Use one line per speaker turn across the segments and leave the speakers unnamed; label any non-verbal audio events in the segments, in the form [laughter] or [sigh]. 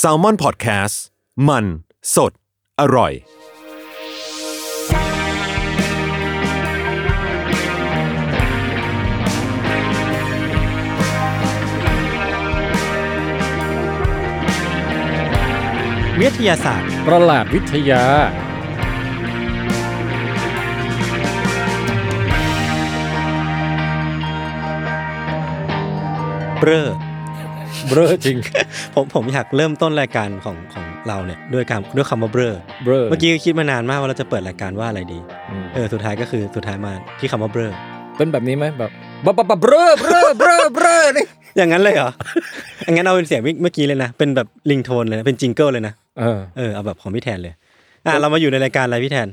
s a l ม o n PODCAST มันสดอร่อย
วิทยาศาสตร์
ประหลาดวิทยา
เบ้อ
เบลอจริง
ผมผมอยากเริ่มต้นรายการของของเราเนี่ยด้วยการด้วยคำว่าเบ้อ
เบลอ
เมื่อกี้คิดมานานมากว่าเราจะเปิดรายการว่าอะไรดี
อืม
เออสุดท้ายก็คือสุดท้ายมาที่คำว่าเบ้อ
เป็นแบบนี้ไหมแบบบับบับบับเบลอเบลอเบลอเบลอนี่
อย่างนั้นเลยเหรอ [laughs] อย่างนั้นเอาเป็นเสียงเมื่อกี้เลยนะ เป็นแบบลิงโทนเลยนะเป็นจิงเกิลเลยนะ
เออ
เออเอาแบบของพี่แทนเลยอ่ะเรามาอยู่ในรายการอะไรพี่แทน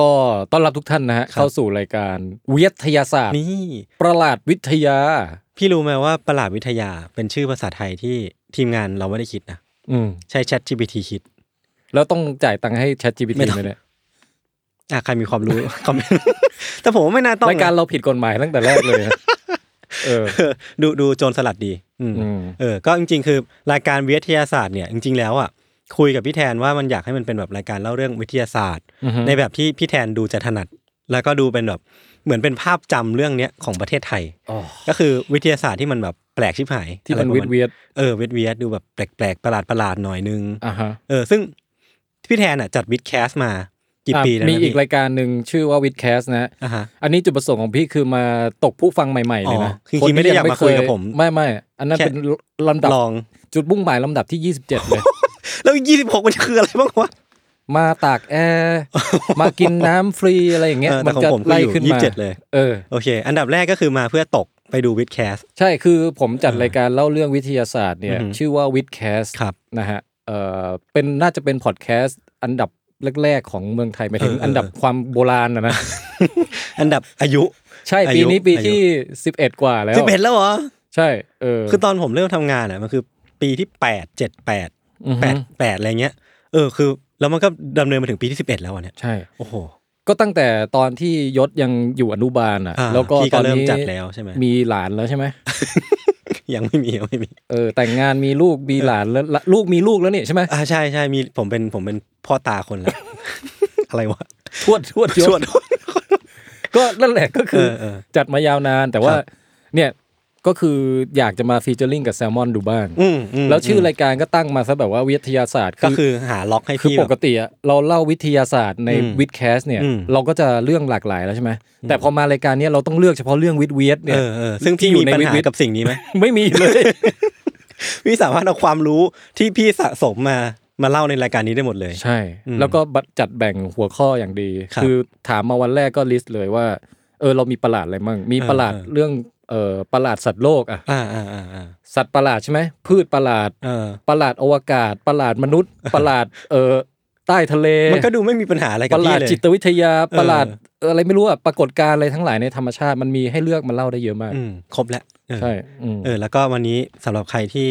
ก็ต้อนรับทุกท่านนะฮะ
ครับ
เข้าสู่รายการวิทยาศาสตร์
นี่
ประหลาดวิทยา
พี่รู้ไหมว่าประหลาดวิทยาเป็นชื่อภาษาไทยที่ทีมงานเราไม่ได้คิดนะ
อืม
ใช้ Chat GPT คิด
แล้วต้องจ่ายตังค์ให้ Chat GPT
ไม่ต้อง
ไหมเนี่ย
อ่ะใครมีความรู้ [laughs] คอมเมนต์แต่ผมว่าไม่น่าต้อง
รายการ
นะ
เราผิดกฎหมายตั้งแต่แรกเลย
[laughs]
นะเออ
เออ [laughs] ดูดูโจรสลัดดีอืม
อืม
เออ ก็จริงๆ คือรายการวิทยาศาสตร์เนี่ยจริงๆ แล้วอ่ะคุยกับพี่แทนว่ามันอยากให้มันเป็นแบบรายการเล่าเรื่องวิทยาศาสตร์
อือฮึ
ในแบบที่พี่แทนดูจะถนัด แล้วก็ดูเป็นแบบเหมือนเป็นภาพจำเรื่องเนี้ยของประเทศไทย
อ๋อ
ก็คือวิทยาศาสตร์ที่มันแบบแปลกชิบหาย
ที่มัน
อะไร
วิ
ป
ท
ระาณ
ย์เวียด
เออวิทย์เวียดดูแบบแปลกๆประหลาดประหลาดๆหน่อยนึง
อ่ะฮะ
เออซึ่งพี่แทนอ่ะจัดวิดแคสมากี่ปีแล้ว
อ่ะมี
นะ
อี
พี่
กรายการหนึ่งชื่อว่าวิดแคสนะฮะ
อ่ะฮะ
อันนี้จุดประสงค์ของพี่คือมาตกผู้ฟังใหม่ ๆ เลยนะ
อ๋อคือจริงๆไม่ได้อยากมาคุยกับผม
ไม่ไม่อันนั้น
แค่
เป็นลำดับ
ลอง
จุดมุ่งหมายลำดับที่ 27 เลย
แล้วยี่สิบหกมันคืออะไรบ้างวะ
มาตากแอ
[laughs]
ร์มากินน้ำฟรีอะไรอย่างเงี้ย
เออแต่
มันจะ
ของผมคือ
ไล่
อยู่
ขึ้นมา
27เลย
เออ
โอเค อันดับแรกก็คือมาเพื่อตกไปดูวิดแคส
ใช่คือผมจัดรายการเล่าเรื่องวิทยาศาสตร์เนี่ย
อือหือ
ชื่อว่าวิดแคส
ครับ
นะฮะเออเป็นน่าจะเป็นพอดแคสต์อันดับแรกๆของเมืองไทยหมายถึง
เออเออ
อันดับความโบราณนะนะ [laughs]
อันดับอายุ
ใช่
อายุ
ปีนี้ปี
อายุ
ที่ 11 กว่าแล้ว
สิบเอ็ดแล้วเหรอ
ใช่เออ
คือตอนผมเริ่มทำงานอ่ะมันคือปีที่แปดเจ็ดแปด
อือ
แป
หื
ด
อ
แปดอะไรเงี้ยเออคือ แล้วมันก็ดำเนินมาถึงปีที่สิบเอ็ดแล้วอะเนี่ย
ใช่
โอ้โห
ก็ตั้งแต่ตอนที่ยศยังอยู่อนุบาลอ่ะ
อ่า
แล้วก็
พี่ก็
ตอน
เริ่ม
นี้
จัดแล้วใช่ไหม
มีหลานแล้วใช่ไหม
ยังไม่มียังไม่มี
เออแต่งงานมีลูกมีหลานแล้วละลูกมีลูกแล้วนี่ใช่ไหม
อ่าใช่ใช่มีผมเป็นผมเป็นพ่อตาคน
[laughs]
ละ อะไรวะ
ทวดทวดยศ
[laughs] ชวน
ก็นั่นแหละก็คือ
เออเออ
จัดมายาวนานแต่ว่า
ครับ
เนี่ยก็คืออยากจะมาฟีเจอริงกับแซลมอนดูบ้าง
อืมม
แล้วชื่อรายการก็ตั้งมาซะแบบว่าวิทยาศาสตร์
ก็คือหาล็อกให้
คือ
พี่
ปก
แบบ
ติอะเราเล่าวิทยาศาสตร์ใน
อืม
วิดแคสเนี่ย
อืม
เราก็จะเรื่องหลากหลายแล้วใช่ไหมแต่พอมารายการเนี้ยเราต้องเลือกเฉพาะเรื่องวิทย์เวียดเนี่
เอย อเออซึ่งพี่
ที่อยู่
มี
ใน
ปัญหา
วิทย์
กับสิ่งนี้ไหม [laughs]
ไม่มีเลย
พี่สามารถเอาความรู้ที่พี่สะสมมามาเล่าในรายการนี้ได้หมดเลย
ใช่
อืม
แล้วก็บัดจัดแบ่งหัวข้ออย่างดี
ครับ
คือถามมาวันแรกก็ลิสต์เลยว่า เออเรามีประหลาดอะไรมั่ง มี
เออ
ประหลาด
เออ
เรื่องเอ่อประหลาดสัตว์โลกอ่ะ
อ่าอ่าอ่าอ่า
สัตว์ประหลาดใช่ไหม พืชประหลาด
เออ
ประหลาดอวกาศ ประหลาดมนุษย์ ประหลาดเอ่อใต้ทะเล
มันก็ดูไม่มีปัญหาอะไร
ป
กับ
ระหลา
พี่
ด
เลย
จิตวิทยา
เออ
ประหลาดเอ่ออะไรไม่รู้อ่ะ ปรากฏการณ์อะไรทั้งหลายในธรรมชาติ มันมีให้เลือกมาเล่าได้เยอะมาก
อืมครบแล้วเออ
ใช่อืม
เออแล้วก็วันนี้สำหรับใครที่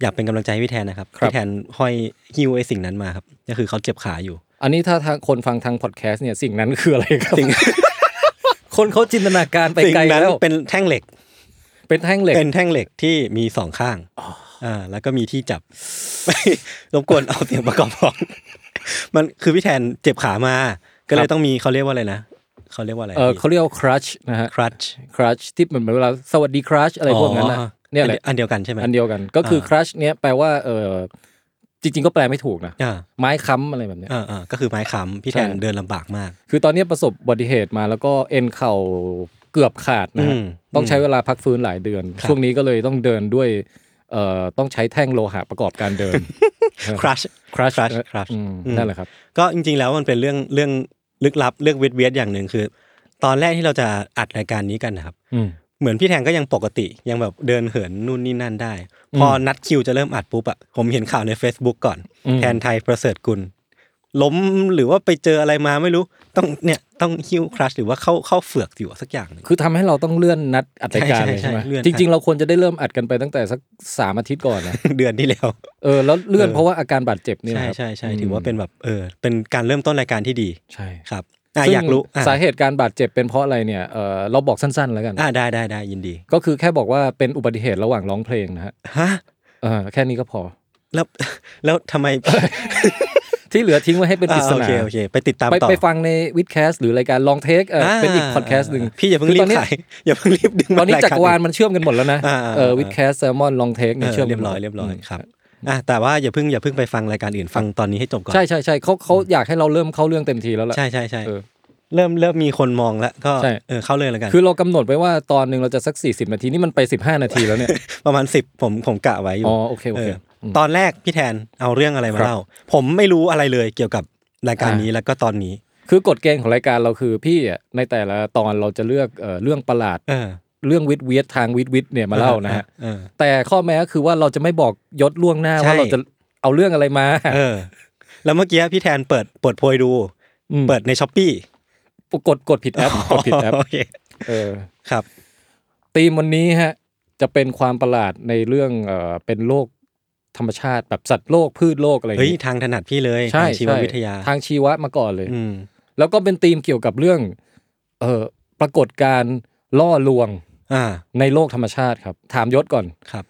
อยากเป็นกำลังใจให้พี่แทนนะครับ
ครับ
พี่แทนห้อยฮิวไอ้สิ่งนั้นมาครับก็คือเขาเจ็บขาอยู่
อันนี้ถ้าทางคนฟังทางพอดแคสต์เนี่ยสิ่งนั้นคืออะไรครับคนเขาจินตนาการไป
สิ่ง
ไกล
นั้น
แล้ว
เป็นแท่งเหล็ก
เป็นแท่งเหล็ก
เป็นแท่งเหล็กที่มีสองข้างอ่าแล้วก็มีที่จับ [laughs] รบกวนเอาเสียงประกอบของ [laughs] มันคือพี่แทนเจ็บขามา ก็เล
ครั
ย
บ
ต้องมีเขาเรียกว่าอะไรนะเขาเรียกว่าอะไร
เออเขาเรียกว่าครัชนะฮะ
ครัช
ครัชที่เหมือนเวลาสวัสดีครัชอะไรพวกนั้นนะเนี่ยแหละ
อันเดียวกันใช่ไหม
อันเดียวกันก็คือ
เออ
ครัชเนี่ยแปลว่าเออจริง ๆ ก็แปลไม่ถูกนะ
อ่า
ไม้ค้ำอะไรแบบเนี้ย
อ่าอ่าก็คือไม้ค้ำพี่แทน
ใช่
เดินลำบากมาก
คือตอนเนี้ยประสบอุบัติเหตุมาแล้วก็เอ็นเข่าเกือบขาดนะฮะ
อืม
ต้องใช้เวลาพักฟื้นหลายเดือน
ครับ
ช่วงนี้ก็เลยต้องเดินด้วยเอ่อต้องใช้แท่งโลหะประกอบการเดิ
[laughs]
น
ครัช
Crush
Crush
นะ
Crush
อืม
อืม
นั่นแหละครับ
ก็จริงๆแล้วมันเป็นเรื่องเรื่องลึกลับเรื่องเวทเวทอย่างหนึ่งคือ ตอนแรกที่เราจะอัดรายการนี้กันนะครับ
อืม
เหมือนพี่แทนก็ยังปกติยังแบบเดินเหินนู่นนี่นั่นได้ พอนัดคิวจะเริ่มอัดปุ๊บอะผมเห็นข่าวใน Facebook ก่อน
อืม
แทนไทยประเสริฐกุลล้มหรือว่าไปเจออะไรมาไม่รู้ ต้องเนี่ยต้องหิ้วครัชหรือว่าเข้าเข้าเฟือกอยู่สักอย่างหนึ่ [laughs] ง
คือทำให้เราต้องเลื่อนนัดอัดรายการ
ใช่
เลยใช่
ใช่
ไหม
เลื่อน
จริง ๆ เราควรจะได้เริ่มอัดกันไปตั้งแต่สักสามอาทิตย์ก่อนนะ
เดือนที่แล้ว
เออแล้วเลื่อน
เออ
เพราะว่าอาการบาดเจ็บเนี่ย
ใช่
นะครับ
ใช่ใช่
ม
ถือว่าเป็นแบบเออเป็นการเริ่มต้นรายการที่ดี
ใช่
ครับอ่ะ
ซึ่ง
อยากรู้อ่ะ
สาเหตุการบาดเจ็บเป็นเพราะอะไรเนี่ยเออเราบอกสั้นๆแล้วกัน
อ่ะได้ได้ได้ยินดี
ก็คือแค่บอกว่าเป็นอุบัติเหตุระหว่างร้องเพลงนะฮะ
ฮะ
เ เออแค่นี้ก็พอ
แล้ว [laughs] แล้วทำไม
ที่เหลือทิ้งไว้ให้เป็นปริศ
อ่าโอ
นา
เคโอเค ไปติดตาม
ไป
ต่อ
ไปฟังในวิดแคสหรือรายการลองเทคเออเป็นอีกพอดแคสต์หนึ่ง
พี่อย่าเพิ่ง
คื
รี
ตอบ นนี้
ขาย [laughs] อย่าเพิ่งรีบดึง
ตอนนี้
มย
จัก
ก
รวาล
หง
มันเชื่อมกันหมดแล้วนะ
อ่าอ่าอ่า
เออวิดแคสแซลมอนลองเทค
เอ
เนี่ย
อ
เชื่อม
เรี
กั
ย
น
บ
หม
ร้
ด
อยเรียบร้อยครับ
ม
อ่ะแต่ว่าอย่าเพิ่งอย่าเพิ่งไปฟังรายการอื่นฟังตอนนี้ให้จบก่อน
ใช่ใช่ใช่เขาเขาอยากให้เราเริ่มเข้าเรื่องเต็มทีแล้วล่ะ
ใช่ใช่ใช่
เออ
เริ่มเริ่มมีคนมองแล้วก็
ใช่
เออเข้าเลยแล้วกัน
คือเรากำหนดไว้ว่าตอนหนึ่งเราจะสัก 40 นาทีนี่มันไป 15 นาทีแล้วเนี่ย
ประมาณสิบผมผมกะไว้อยู่
อ๋อโอเคโอเค
เอออตอนแรกพี่แทนเอาเรื่องอะไรมา
ครับ
เล่า ผมไม่รู้อะไรเลยเกี่ยวกับรายการ
อ่านี้
นี้แล้วก็ตอนนี้
คือกฎเกณฑ์ของรายการเราคือพี่อ่ะในแต่ละตอนเราจะเลือกเอ่อเรื่องประหลาด
เออ
เรื่องวิทย์เวียดทางวิทย์วิทย์เนี่ยมาเล่านะฮะ
เออ
แต่ข้อแม้ก็คือว่าเราจะไม่บอกยศล่วงหน้าว่า
ใช่
เราจะเอาเรื่องอะไรมา
เออ แล้วเมื่อกี้พี่แทนเปิดเปิดโพยดู
ม
เปิดในช้อปปี้
กดกดผิดแอปกดผิดแอป
โอเค
เออ
ครับ
ธีมวันนี้ฮะจะเป็นความประหลาดในเรื่องเอ่อเป็นโลกธรรมชาติแบบสัตว์โลกพืชโลกอะไรอย่าง
เฮ้ย
งี้
ทางถนัดพี่เลย
ใช่
ทางชีว
ใช่
วิทยา
ทางชีวะมาก่อนเลย
อืม
แล้วก็เป็นธีมเกี่ยวกับเรื่องเอ่อปรากฏการณ์ล่อลวง
อ่า
ในโลกธรรมชาติครับ ถามยศก่อน
ครับ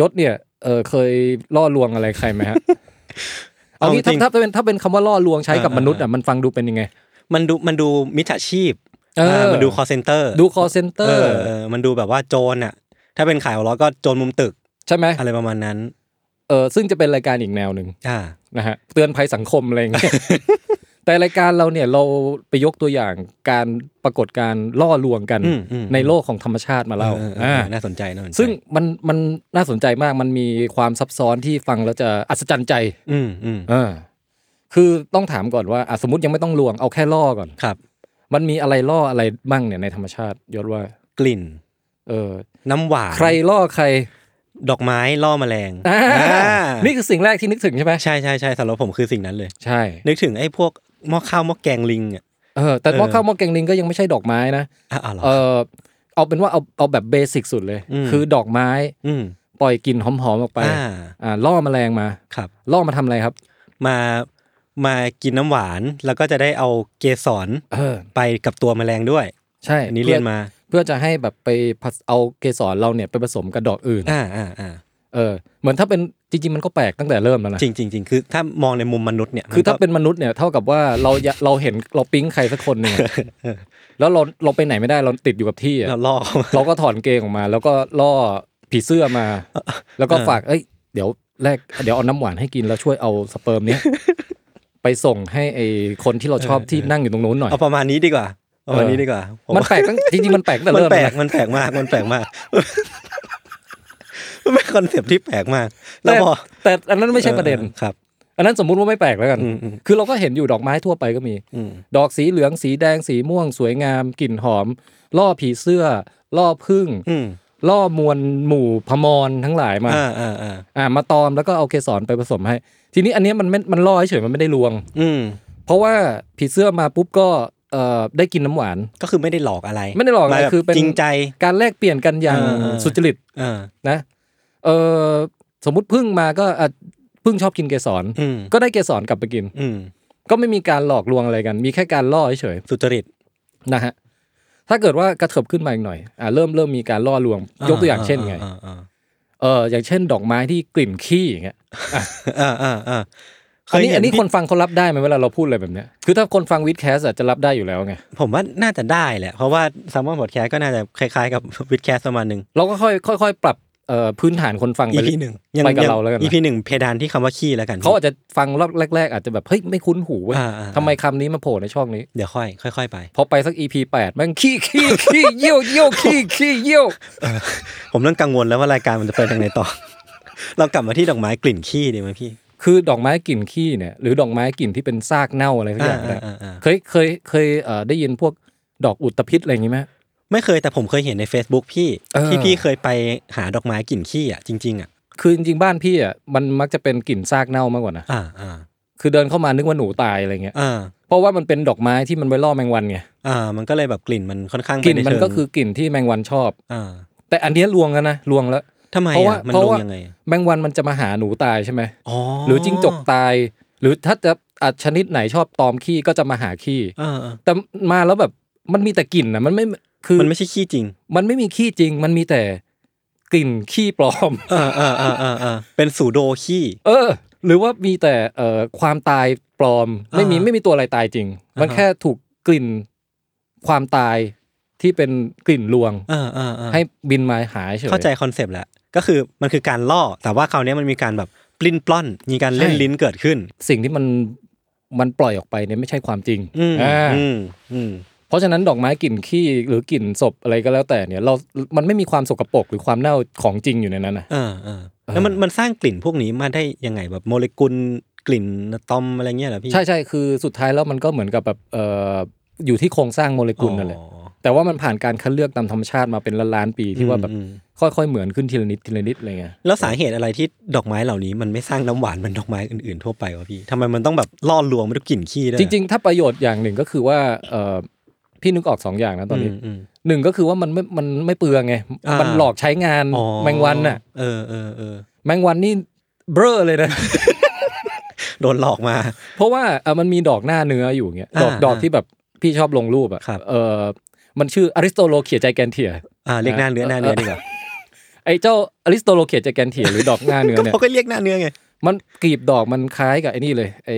ยศเนี่ยเออเคยล่อลวงอะไรใครไหมฮะ เอางี้
[laughs] เอาจริ
ถ้าง ถ้าเป็นถ้าเป็นคำว่าล่อลวงใช้กับ
เออ
มนุษย์อ่ะมันฟังดูเป็นยังไง
มันดูมันดูมิจฉาชีพ
เออ
ามันดูคอเซนเตอร์
ดูคอเซนเต
เอ
อร์
อเออมันดูแบบว่าโจรอ่ะ ถ้าเป็นขายหัวเราะก็โจรมุมตึก
ใช่ไหม
อะไรประมาณนั้น
เออซึ่งจะเป็นรายการอีกแนวหนึ่ง
อ่า
นะฮะเตือนภัยสังคมอะไรอย่างเงี้ย
[laughs]
แต่รายการเราเนี่ยเราไปยกตัวอย่างการปรากฏการณ์ล่อลวงกัน
อืมอืม
ในโลกของธรรมชาติมาเล่า
ออออ
อ่า
น่าสนใจน่าสนใจ
ซึ่งมันมันน่าสนใจมากมันมีความซับซ้อนที่ฟังแล้วจะอัศจรรย์ใจ
อืมอืม
เออคือต้องถามก่อนว่าอ่ะสมมติยังไม่ต้องลวงเอาแค่ล่อก่อน
ครับ
มันมีอะไรล่ออะไรบ้างเนี่ยในธรรมชาติยศว่า
กลิ่น
เออ
น้ำหวาน
ใครล่อใคร
ดอกไม้ล่อแมลง
อ่า
อ่า
นี่คือสิ่งแรกที่นึกถึงใช่ไหม
ใช่ใช่ใช่สำหรับผมคือสิ่งนั้นเลย
ใช่
นึกถึงไอ้พวกหม้อข้าวหม้อแกงลิงอ่ะ
เออแต่หม้อข้าวหม้อแกงลิงก็ยังไม่ใช่ดอกไม้นะ
อ่ะอ่ะเหรอ
เออเอาเป็นว่าเอาเอาแบบเบสิกสุดเลย
อืม
คือดอกไม้
อืม
ปล่อยกลิ่นหอมๆออกไป
อ่า
อ่าล่อแมลงมา
ครับ
ล่อมาทำอะไรครับ
มามากินน้ำหวานแล้วก็จะได้เอาเกสร
เออ
ไปกับตัวแมลงด้วย
ใช่
อันนี้เรียน
พื่อ
มา
เพื่อจะให้แบบไปผสเอาเกสรเราเนี่ยไปผสมกับดอกอื่น
อ่าอ่าอ่า
เออเหมือนถ้าเป็นจริงๆมันก็แปลกตั้งแต่เริ่มแล้วนะ
จริงจริงจริงคือถ้ามองในมุมมนุษย์เนี่ย
คือถ้า
มัก็
เป็นมนุษย์เนี่ยเท่ากับว่าเราอย่าเราเห็นเราปิ๊งใครสักคนหนึ่ง
[laughs]
อะแล้วเราเราไปไหนไม่ได้เราติดอยู่กับที่อะ
เราล่อ
[laughs]
เขา
เราก็ถอนเกงออกมา แล้วก็ล่อผีเสื้อ
[laughs]
มา แล้วก็ฝากเอ้ย เดี๋ยวแรกเดี๋ยวเอาน้ำหวานให้กินแล้วช่วยเอาสเปิร์ม
[laughs]
เนี้ย ไปส่งให้ไอคนที่เราชอบที่นั่งอยู่ตรงนู้นหน่อย
เอาประมาณนี้ดีกว่าประมาณนี้ดีกว่าผม
มันแปลกตั้งจริงๆมันแปลกตั้งแต่
มัน
เริ่ม
แปลก
นะ
มันแปลกมากมันแปลกม [laughs] ากมันเป็นคอนเซปต์ที่แปลกมาก แล้ว
แต่
พอ
แต่อันนั้นไม่ใช่ประเด็น
ออครับ
อันนั้นสมมุติว่าไม่แปลกแล้วกัน
อืมอืม
คือเราก็เห็นอยู่ดอกไม้ทั่วไปก็มี
อืม
ดอกสีเหลืองสีแดงสีม่วงสวยงามกลิ่นหอม ล่อผีเสื้อ ล่อพึ่ง
อืม
ล่อมวลหมู่พมรทั้งหลายมา
อ่าอ่าอ่า
อ่ามาตอมแล้วก็เอาเกสรไปผสมให้ ทีนี้อันเนี้ยมันไม่มันล่อเฉยๆมันไม่ได้ลวง
อืม
เพราะว่าผีเสื้อมาปุ๊บก็เอ่อได้กินน้ำหวาน
ก็คือไม่ได้หลอกอะไร
ไม่ได้หลอกอะไร
าแบบ
คือเป็น
จริงใจ
การแลกเปลี่ยนกันอย่าง
เออเออ
สุจริต
เออ
นะเออสมมุติพึ่งมาก็อ่ะพึ่งชอบกินเกสร
อืม
ก็ได้เกสรกลับไปกิน
อืม
ก็ไม่มีการหลอกลวงอะไรกัน มีแค่การล่อเฉย
สุจริต
ๆนะฮะถ้าเกิดว่ากระเถิบขึ้นมาอีกหน่อยอ่ะเริ่มเริ่มมีการล่อลวง ยกตัวอย่างเช่นไงเอออย่างเช่น ดอกไม้ที่กลิ่นขี้อย่างเงี้ย
[laughs] อ่าอ่าอ่าเค
อัน
ย
นี้
เห็
อัน
น
นี้คนฟังเขารับได้ไหมเวลาเราพูดอะไรแบบเนี้ยคือถ้าคนฟังวิดแคสจะรับได้อยู่แล้วไง
ผมว่าน่าจะได้แหละ เพราะว่าซัมมอนพอดแคสก็น่าจะคล้ายๆกับวิดแคสประมาณหนึ่ง
เราก็ค่อยค่อยๆปรับเอ่อพื้นฐานคนฟัง
อี
ไปเรื่
พี
อย
หนึ่ง
ไปกับเราแล้วกันนะ
อีพีหนึ่งเพดานที่คำว่าขี้แล้วกัน
เขาอาจจะฟังรอบแรก ๆ อาจจะแบบเฮ้ยไม่คุ้นหูเว้ย
อ่าอ่า
ทำไมคำนี้มาโผล่ในช่องนี้
เดี๋ยวค่อยค่อย ๆ ไป
พอไปสัก EP 8แม่งขี้ขี้ขี้เยี่ยวเยี่ยวขี้ [laughs] ขี้เยี่ยว
ผมเริ่มกังวลแล้วว่ารายการมันจะไปทางไหนต่อ [laughs] เรากลับมาที่ดอกไม้กลิ่นขี้ดีไหมพี่
คือดอกไม้กลิ่นขี้เนี่ยหรือดอกไม้กลิ่นที่เป็นซากเน่าอะไรสักอย่างเนี่ย
อ่าอ่าอ่า
เคยเคยเคยเอ่อได้ยินพวกดอกอุตภิษอะไรอย่างงี้ไหม
ไม่เคยแต่ผมเคยเห็นใน Facebook พี่
เออ
ที่พี่เคยไปหาดอกไม้กลิ่นขี้อ่ะจริงๆอ่ะ
คือจริงๆบ้านพี่อ่ะมันมักจะเป็นกลิ่นซากเน่ามากกว่านะ
อ่าอ่า
คือเดินเข้ามานึกว่าหนูตายอะไรเงี้ย
อ่า
เพราะว่ามันเป็นดอกไม้ที่มันไว้ล่อแมงวันไง
อ่ามันก็เลยแบบกลิ่นมันค่อนข้างไป
กลิ่นมัน
ใเชิง
ก็คือกลิ่นที่แมงวันชอบ
อ่า
แต่อันเนี้ยลวงแล้วนะลวงแล้ว
ทำไม
เพราะว่า
อ่ะมัน
เพราะ
ลง
ว่า
ยังไงอ่ะ
แมงวันมันจะมาหาหนูตายใช่ไหม
อ๋อ
หรือจิ้งจกตาย หรือถ้าจะอาชนิดไหนชอบตอมขี้ก็จะมาหาขี้
เออเออ
แต่มาแล้วแบบมันมีแต่กลิ่นนะมันไม่คือ
มันไม่ใช่ขี้จริง
มันไม่มีขี้จริง มันมีแต่ กลิ่นขี้ปลอม [laughs]
เออเออเออเออเออเป็นสูโดขี้
เออ หรือว่ามีแต่เอ่อความตายปลอม ไม่มี
อ่า
ไม่มีตัวอะไรตายจริง มัน
อ่าฮะ
แค่ถูกกลิ่นความตายที่เป็นกลิ่นลวง
เออเออเออ
ให้บินมาหาเฉย
เข้าใจคอนเซปต์แล้ว ก็คือมันคือการล่อ แต่ว่าคราวเนี้ยมันมีการแบบปลิ้นปล้อน มีการเล่น
ใช่
ลิ้นเกิดขึ้น
สิ่งที่มันมันปล่อยออกไปเนี่ยไม่ใช่ความจริง
อืม
อ่า
อืมอืม
เพราะฉะนั้นดอกไม้กลิ่นขี้หรือกลิ่นศพอะไรก็แล้วแต่เนี่ยเรา มันไม่มีความสกปรกหรือความเน่าของจริงอยู่ในนั้นนะ
เออเออแล้วมันมันสร้างกลิ่นพวกนี้มาได้ยังไงแบบโมเลกุลกลิ่นอะตอมอะไรเงี้ยเหรอพี่
ใช่ใช่คือสุดท้ายแล้วมันก็เหมือนกับแบบเอ่ออยู่ที่โครงสร้างโมเลกุลนั่นแหละ
อ๋อ
แต่ว่ามันผ่านการคัดเลือกตามธรรมชาติมาเป็นล้านๆปีที่ว่าแบบ
อืมอืม
ค่อยๆเหมือนขึ้นทีละนิดทีละนิดอะไรเงี้ย
แล้วสาเหตุอะไรที่ดอกไม้เหล่านี้มันไม่สร้างน้ำหวานเหมันดอกไม้อื่นๆทั่วไปวะพี่ทำไมมันต้องแบบล่อลวงไม่ต้องกลิ่นขี้ด้วย
จริง ๆ ถ้าประโยชน์อย่างหนึ่งก็คือว่าเอ่อพี่นึกออกสองอย่างนะตอนนี้
มอืม
หนึ่งก็คือว่ามันไม่มันไม่เปลืองไง
อ่ามั
มันหลอกใช้งาน
อ๋อ
แมงวันน่ะ
เออเออเออ
แมงวันนี่เบ้อเลยนะ [laughs]
โดนหลอกมา
เพราะว่าเอ่อมันมีดอกหน้าเนื้ออยู่เงี้ยดอก
อ่า
ดอกที่แบบพี่ชอบลงรูปอ่ะ
ครับ
เออมันชื่ออริสโตโลเขียใจแกนเทีย
อ่าเรียกหน้าเนื้อหน้าเนื้อดีกว่า
ไอ้เจ้าอริสโตโลเขียใจแกนเทียหรือดอกหน้าเนื้อเนี่ย
เขาก็เรียกหน้าเนื้อไง
มันกลีบดอกมันคล้ายกับไอ้นี่เลยไอ้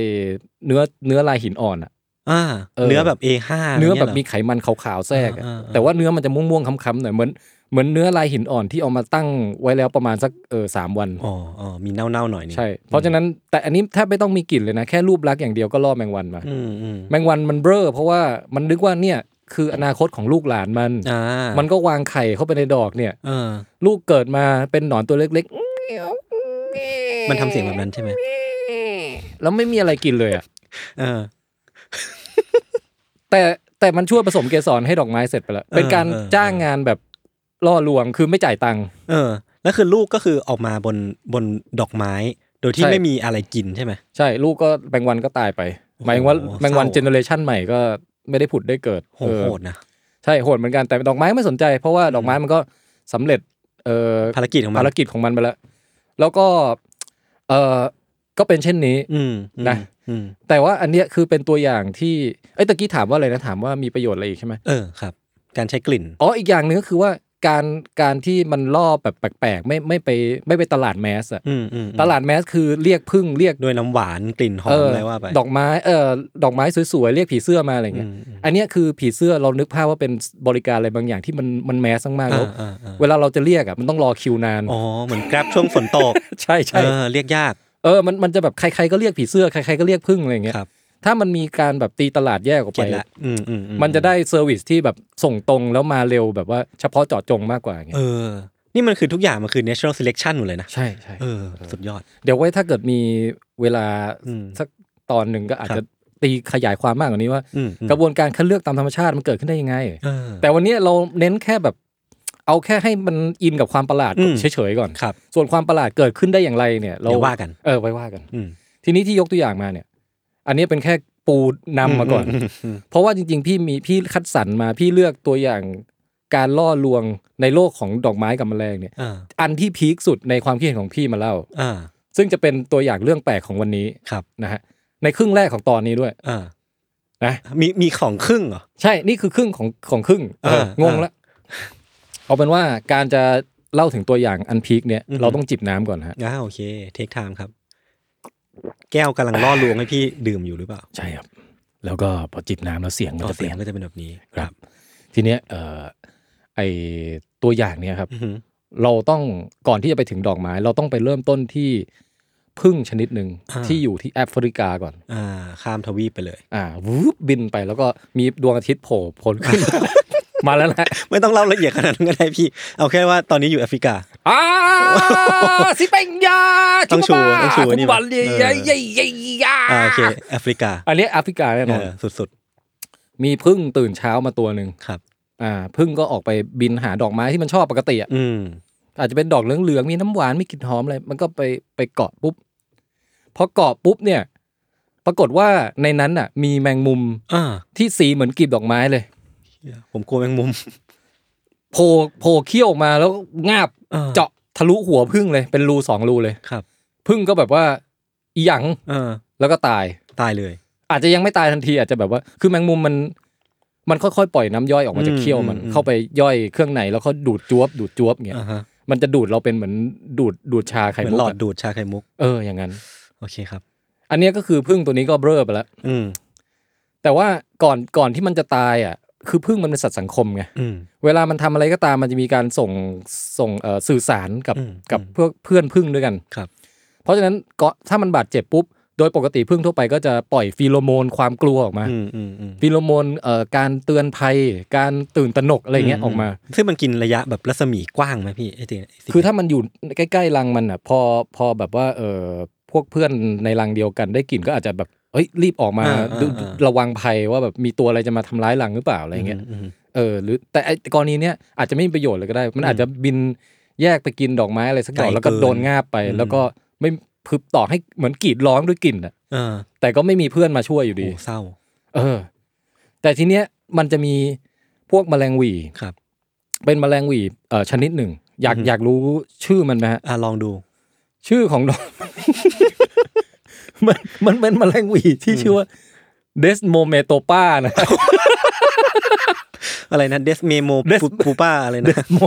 เนื้อเนื้อลายหินอ่อนอะ
อ่า
เออ
เนื้อแบบ A5
เนื้อแบบ
ยหร
มีไขมันขาวๆแทรกอะ
อ่าอ่า
แต่ว่าเนื้อมันจะม่วงๆค้ำๆหน่อยเหมือนเหมือนเนื้อลายหินอ่อนที่เอามาตั้งไว้แล้วประมาณสักเออสามวัน
อ๋ออ๋อมีเน่าๆหน่อยนึง
ใช่ เพราะฉะนั้นแต่อันนี้แทบไม่ต้องมีกลิ่นเลยนะ แค่รูปลักษณ์อย่างเดียวก็ล่อแมงวันมา
อืมอืม
แมงวันมันเบ้อเพราะว่ามันนึกว่าเนี่ยคืออนาคตของลูกหลานมัน
อ่า
มันก็วางไข่เข้าไปในดอกเนี่ย
เออ
ลูกเกิดมาเป็นหนอนตัวเล็ก
มันทำเสียงแบบนั้นใช่ไหม
ๆ แล้วไม่มีอะไรกินเลยอะ
เออ
แต่แต่มันช่วยผสมเกสรให้ดอกไม้เสร็จไปแล้ว เป็นการ
เออ
จ้างงานแบบล่อลวงคือไม่จ่ายตังค์
เออ แล้วคือลูกก็คือออกมาบนบนดอกไม้ โดยที่
ใช่
ไม่มีอะไรกินใช่ไหม
ใช่ ลูกก็แมงวันก็ตายไปหมายถึงว่า
โอ้โห
แมงวัน
เศร้า
เจเนอเรชันใหม่ก็ไม่ได้ผุดได้เกิด
โห
เออ
โหดนะ
ใช่โหดเหมือนกันแต่ดอกไม้ไม่สนใจ เพราะว่าดอกไม้มันก็สำเร็จเอ่อ
ภารกิจของมัน
ภารกิจของมันไปแล้ว แล้วก็เออก็เป็นเช่นนี้
อืมอืม
นะ
อืม
แต่ว่าอันเนี้ยคือเป็นตัวอย่างที่ไอ้ยตะกี้ถามว่าอะไรนะถามว่ามีประโยชน์อะไรอีกใช่ไหม
เออครับ การใช้กลิ่น
อ๋ออีกอย่างหนึ่งก็คือว่าการการที่มันล่อแบบแปลกๆไม่ไม่ไปไม่ไปตลาดแมสอะ
อืมอืม
ตลาดแมสคือเรียกพึ่งเรียก
ด้วยน้ำหวานกลิ่นหอ
เ
มอะไรว่าไป
ดอกไม้เออดอกไม้สวยๆเรียกผีเสื้อมาอะไร
อื
เงี้ย
มอืม
อันเนี้ยคือผีเสื้อเรานึกภาพว่าเป็นบริการอะไรบางอย่างที่มันมันแมสมากๆแล้ว
อ่าอ่า
เวลาเราจะเรียกอ่ะมันต้องรอคิวนาน
อ๋อเหมือนกราบช่วงฝนตก
ใช่
เอ
ใช่
อเรียกยาก
เออมันมันจะแบบใครๆก็เรียกผีเสื้อใครๆก็เรียกพึ่งอะไรเงี้ย
ครับ
ถ้ามันมีการแบบตีตลาดแยกออก
เก็
ไป
ตละอืมอืมอื
มันจะได้เซอร์วิสที่แบบส่งตรงแล้วมาเร็วแบบว่าเฉพาะเจาะจงมากกว่าเงี้
เอย อ นี่มันคือทุกอย่างมันคือ natural selection หมดเลยนะ
ใช่ใช่
เออ สุดยอด
เดี๋ยวไว้ถ้าเกิดมีเวลา
อืม
สักตอนหนึ่งก็อาจ
ครับ
จะตีขยายความมากกว่านี้ว่า
อืมอืม
กระบวนการคัดเลือกตามธรรมชาติมันเกิดขึ้นได้ยังไง
เออ
แต่วันนี้เราเน้นแค่แบบ เอาแค่ให้มันอินกับความประหลาด
อืม
เฉยๆก่อน
ครับ
ส่วนความประหลาดเกิดขึ้นได้อย่างไรเนี่ย เรา
เดี๋ยวว่ากัน
เออไว้ว่ากัน
อืม
ทีนี้ที่ยกตัวอย่างมาเนี่ย อันนี้เป็นแค่ปูนำมาก่อน
มม
เพราะว่าจริงๆ พี่มีพี่คัดสรรมาพี่เลือกตัวอย่างการล่อลวงในโลกของดอกไม้กับแมลงเนี่ย
อ่า
อันที่พีคสุดในความคิดเห็นของพี่มาเล่า
อ่า
ซึ่งจะเป็นตัวอย่างเรื่องแปลกของวันนี้
ครับ
นะฮะในครึ่งแรกของตอนนี้ด้วย
อ่า
นะ
มีมีของครึ่งเหรอ
ใช่ นี่คือครึ่งของของครึ่ง
เออง
งละเอาเป็นว่าการจะเล่าถึงตัวอย่างอันพีคเนี่ย
อือฮึ
เราต้องจิบน้ำก่อนฮะ
อ่าโอเค เทคไทม์ครับ แก้วกำลังล่อลวงให้พี่ดื่มอยู่หรือเปล่า
ใช่ครับ แล้วก็พอจิบน้ำแล้วเสียงมัน
อ๋อ
จะ
เสี
เป
ย
ลี่ย
ง
น
ก็จะเป็นแบบนี้
ครับ ทีเนี้ยเอ่อไอตัวอย่างเนี่ยครับ
อือหือ
เราต้องก่อนที่จะไปถึงดอกไม้ เราต้องไปเริ่มต้นที่พึ่งชนิดหนึ่งที่อยู่ที่แอฟริกาก่อน
อ่า ข้ามทวีปไปเลย
อ่าวูบบินไปแล้วก็มีดวงอาทิตย์โผล่พ้น [laughs] ขึ้น มาแล้วนะ
ไม่ต้องเล่าละเอียดขนาดนั้นก็ได้พี่ เอาแค่ว่าตอนนี้อยู่แอฟริกา
อ่าสิเป็นยา
ต้องชูต้องชู
คุ
นี่
ณ
มั้
บั
ย
ลเลีย
เออ
เย่เย่ยา
อ่าโอเคแอฟริกา
อันนี้แอฟริกาแน่น
เอ
อน
อสุด
มีพึ่งตื่นเช้ามาตัวหนึ่ง
ๆครับ
อ่าพึ่งก็ออกไปบินหาดอกไม้ที่มันชอบปกติอ่ะ
อืม
อาจจะเป็นดอกเหลืองๆมีน้ำหวานมีกลิ่นหอมอะไรมันก็ไปไปเกาะปุ๊บพอเกาะปุ๊บเนี่ย ปรากฏว่าในนั้นอ่ะ มีแมงมุม
อ่า
ที่สีเหมือนกลีบดอกไม้เลย
เหี้ยผมกลัวแมงมุม
โผล่โผล่เขี้ยวออกมาแล้วงาบ
อ่
เจาะทะลุหัวพึ่งเลยเป็นรูสองรูเลย
ครับ
พึ่งก็แบบว่าอีหยัง
เออ
แล้วก็ตาย
ตายเลย
อาจจะยังไม่ตายทันทีอาจจะแบบว่า คือแมงมุมมัน มันค่อยๆ ปล่อยน้ำย่อยออกมาจากเขี้ยวมัน เข้าไปย่อยเครื่องในแล้วก็ดูดจวบดูดจวบเงี้ย
อ่าฮะ
มันจะดูดเราเป็นเหมือนดูดดูดชาไข่
เหมือ
มุก
นหลอด
อะ
ดูดชาไข่มุก
เอออย่างนั้น
โอเคครับ
อันเนี้ยก็คือพึ่งตัวนี้ก็เบ้อไปแล้ว
อืม
แต่ว่าก่อนก่อนที่มันจะตายอ่ะ คือพึ่งมันเป็นสัตว์สังคมไง
อืม
เวลามันทำอะไรก็ตามมันจะมีการส่งส่งเอ่อสื่อสารกับ
อืม
กับ
อืม
เพื่อเพื่อนพึ่งด้วยกัน
ครับ
เพราะฉะนั้นก็ถ้ามันบาดเจ็บปุ๊บ โดยปกติพึ่งทั่วไปก็จะปล่อยฟีโรโมนความกลัวออกมา
อืมอืมอืม
ฟีโรโมนเอ่อการเตือนภัย การตื่นตระหนกอะไรเงี้ยออกมา
ซึ่งมันกินระยะแบบรัศมีกว้างไหมพี่ไอ้ติงไสิ่ง
คือถ้ามันอยู่ใกล้ๆรังมันอ่ะพอพอแบบว่าเออพวกเพื่อนในรังเดียวกันได้กลิ่นก็อาจจะแบบเอ้ยรีบออกมาดูระวังภัยว่าแบบมีตัวอะไรจะมาทำร้ายรังหรือเปล่าอะไรเงี้ย
มม
เออหรือแต่ไอ้กรณีเนี้ยอาจจะไม่มีประโยชน์เลยก็ได้ มันอาจจะบินแยกไปกินดอกไม้อะไรสักดอก
ไกล
แล้วก็
เกิน
โดนงาบไป
อืม
แล้วก็ไม่พึบต่อให้เหมือนกรีดร้องด้วยกลิ่นอ่ะ
เออ
แต่ก็ไม่มีเพื่อนมาช่วยอยู่ดี
โอ้เศร้า
เออ แต่ทีเนี้ยมันจะมีพวกแมลงหวี
ครับ
เป็นแมลงหวีเอ่อชนิดหนึ่ง อยาก
อืม
อยากรู้ชื่อมันไหมฮะ
อ่ะลองดู
ชื่อของ [laughs] น้อง มันมันเป็นแมลงหวีที่ชื่อว่าเดสโมเมโตปานะ
[laughs]
[laughs]
อะไรนะเดสเมโม
Des-
ปูป้าอะไร
เด
นะ
สโม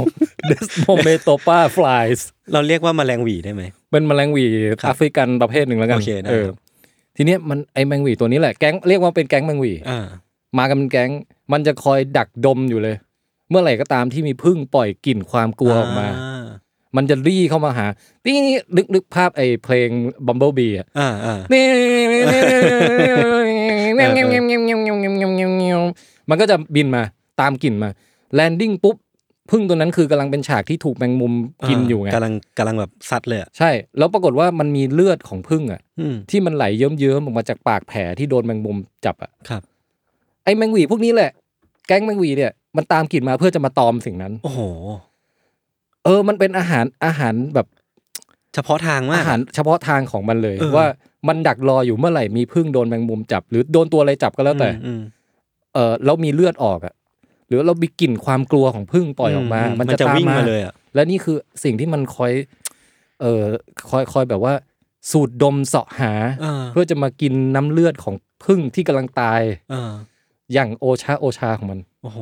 เดสโมเมโตปาฟลายส
เราเรียกว่าแมลงหวีได้ไหม
เป็นแมลงหวี
ครับ
แอฟริกันประเภทหนึ่งแล้วกัน
โอเคได้ครับ
อทีเนี้ยมันไอแมลงหวีตัวนี้แหละแก๊งเรียกว่าเป็นแก๊งแมลงหวี
อ่า
มากันเป็นแก๊งมันจะคอยดักดมอยู่เลย เมื่อไหร่ก็ตามที่มีพึ่งปล่อยกลิ่นความกลัวออกมา มันจะรี่เข้ามาหานี่นี่นึกนึกภาพไอเพลงบัมเบิลบีอ่ะ
อ่าอ่า
นี่
เออเออ
[laughs] มันก็จะบินมาตามกลิ่นมาแลนดิ้งปุ๊บพึ่งตัวนั้นคือกำลังเป็นฉากที่ถูกแมงมุมกินอยู่ไง
กำลังกำลังแบบซัดเลยอ่ะ
ใช่ แล้วปรากฏว่ามันมีเลือดของพึ่งอ่ะ
อืม
ที่มันไหลเยิ้มๆออกมาจากปากแผลที่โดนแมงมุมจับอ่ะ
ครับ
ไอ้แมงหวีพวกนี้แหละ แก๊งแมงหวีเนี่ยมันตามกลิ่นมาเพื่อจะมาตอมสิ่งนั้น
โอ้โห
เออมันเป็นอาหารอาหารแบบ
เฉพาะทางมา
อาก หารเฉพาะทางของมันเลย
เออ
ว่ามันดักรออยู่เมื่อไหร่มีพึ่งโดนแมงมุมจับ หรือโดนตัวอะไรจับก็แล้วแต่
อืม
เออเรามีเลือดออกอ่ะหรือเรามีกลิ่นความกลัวของพึ่งปล่อยออกมา
อืม
มัน
มัน
จะ
จะ
ตาม
วิ่ง
มา
มาเลยอะ
และนี่คือสิ่งที่มันคอย เออคอยคอยแบบว่า สูดดมเสาะหา
อ่า
เพื่อจะมากินน้ำเลือดของพึ่งที่กำลังตาย
อ่า
อย่างโอชาโอชาของมัน
โอ้โห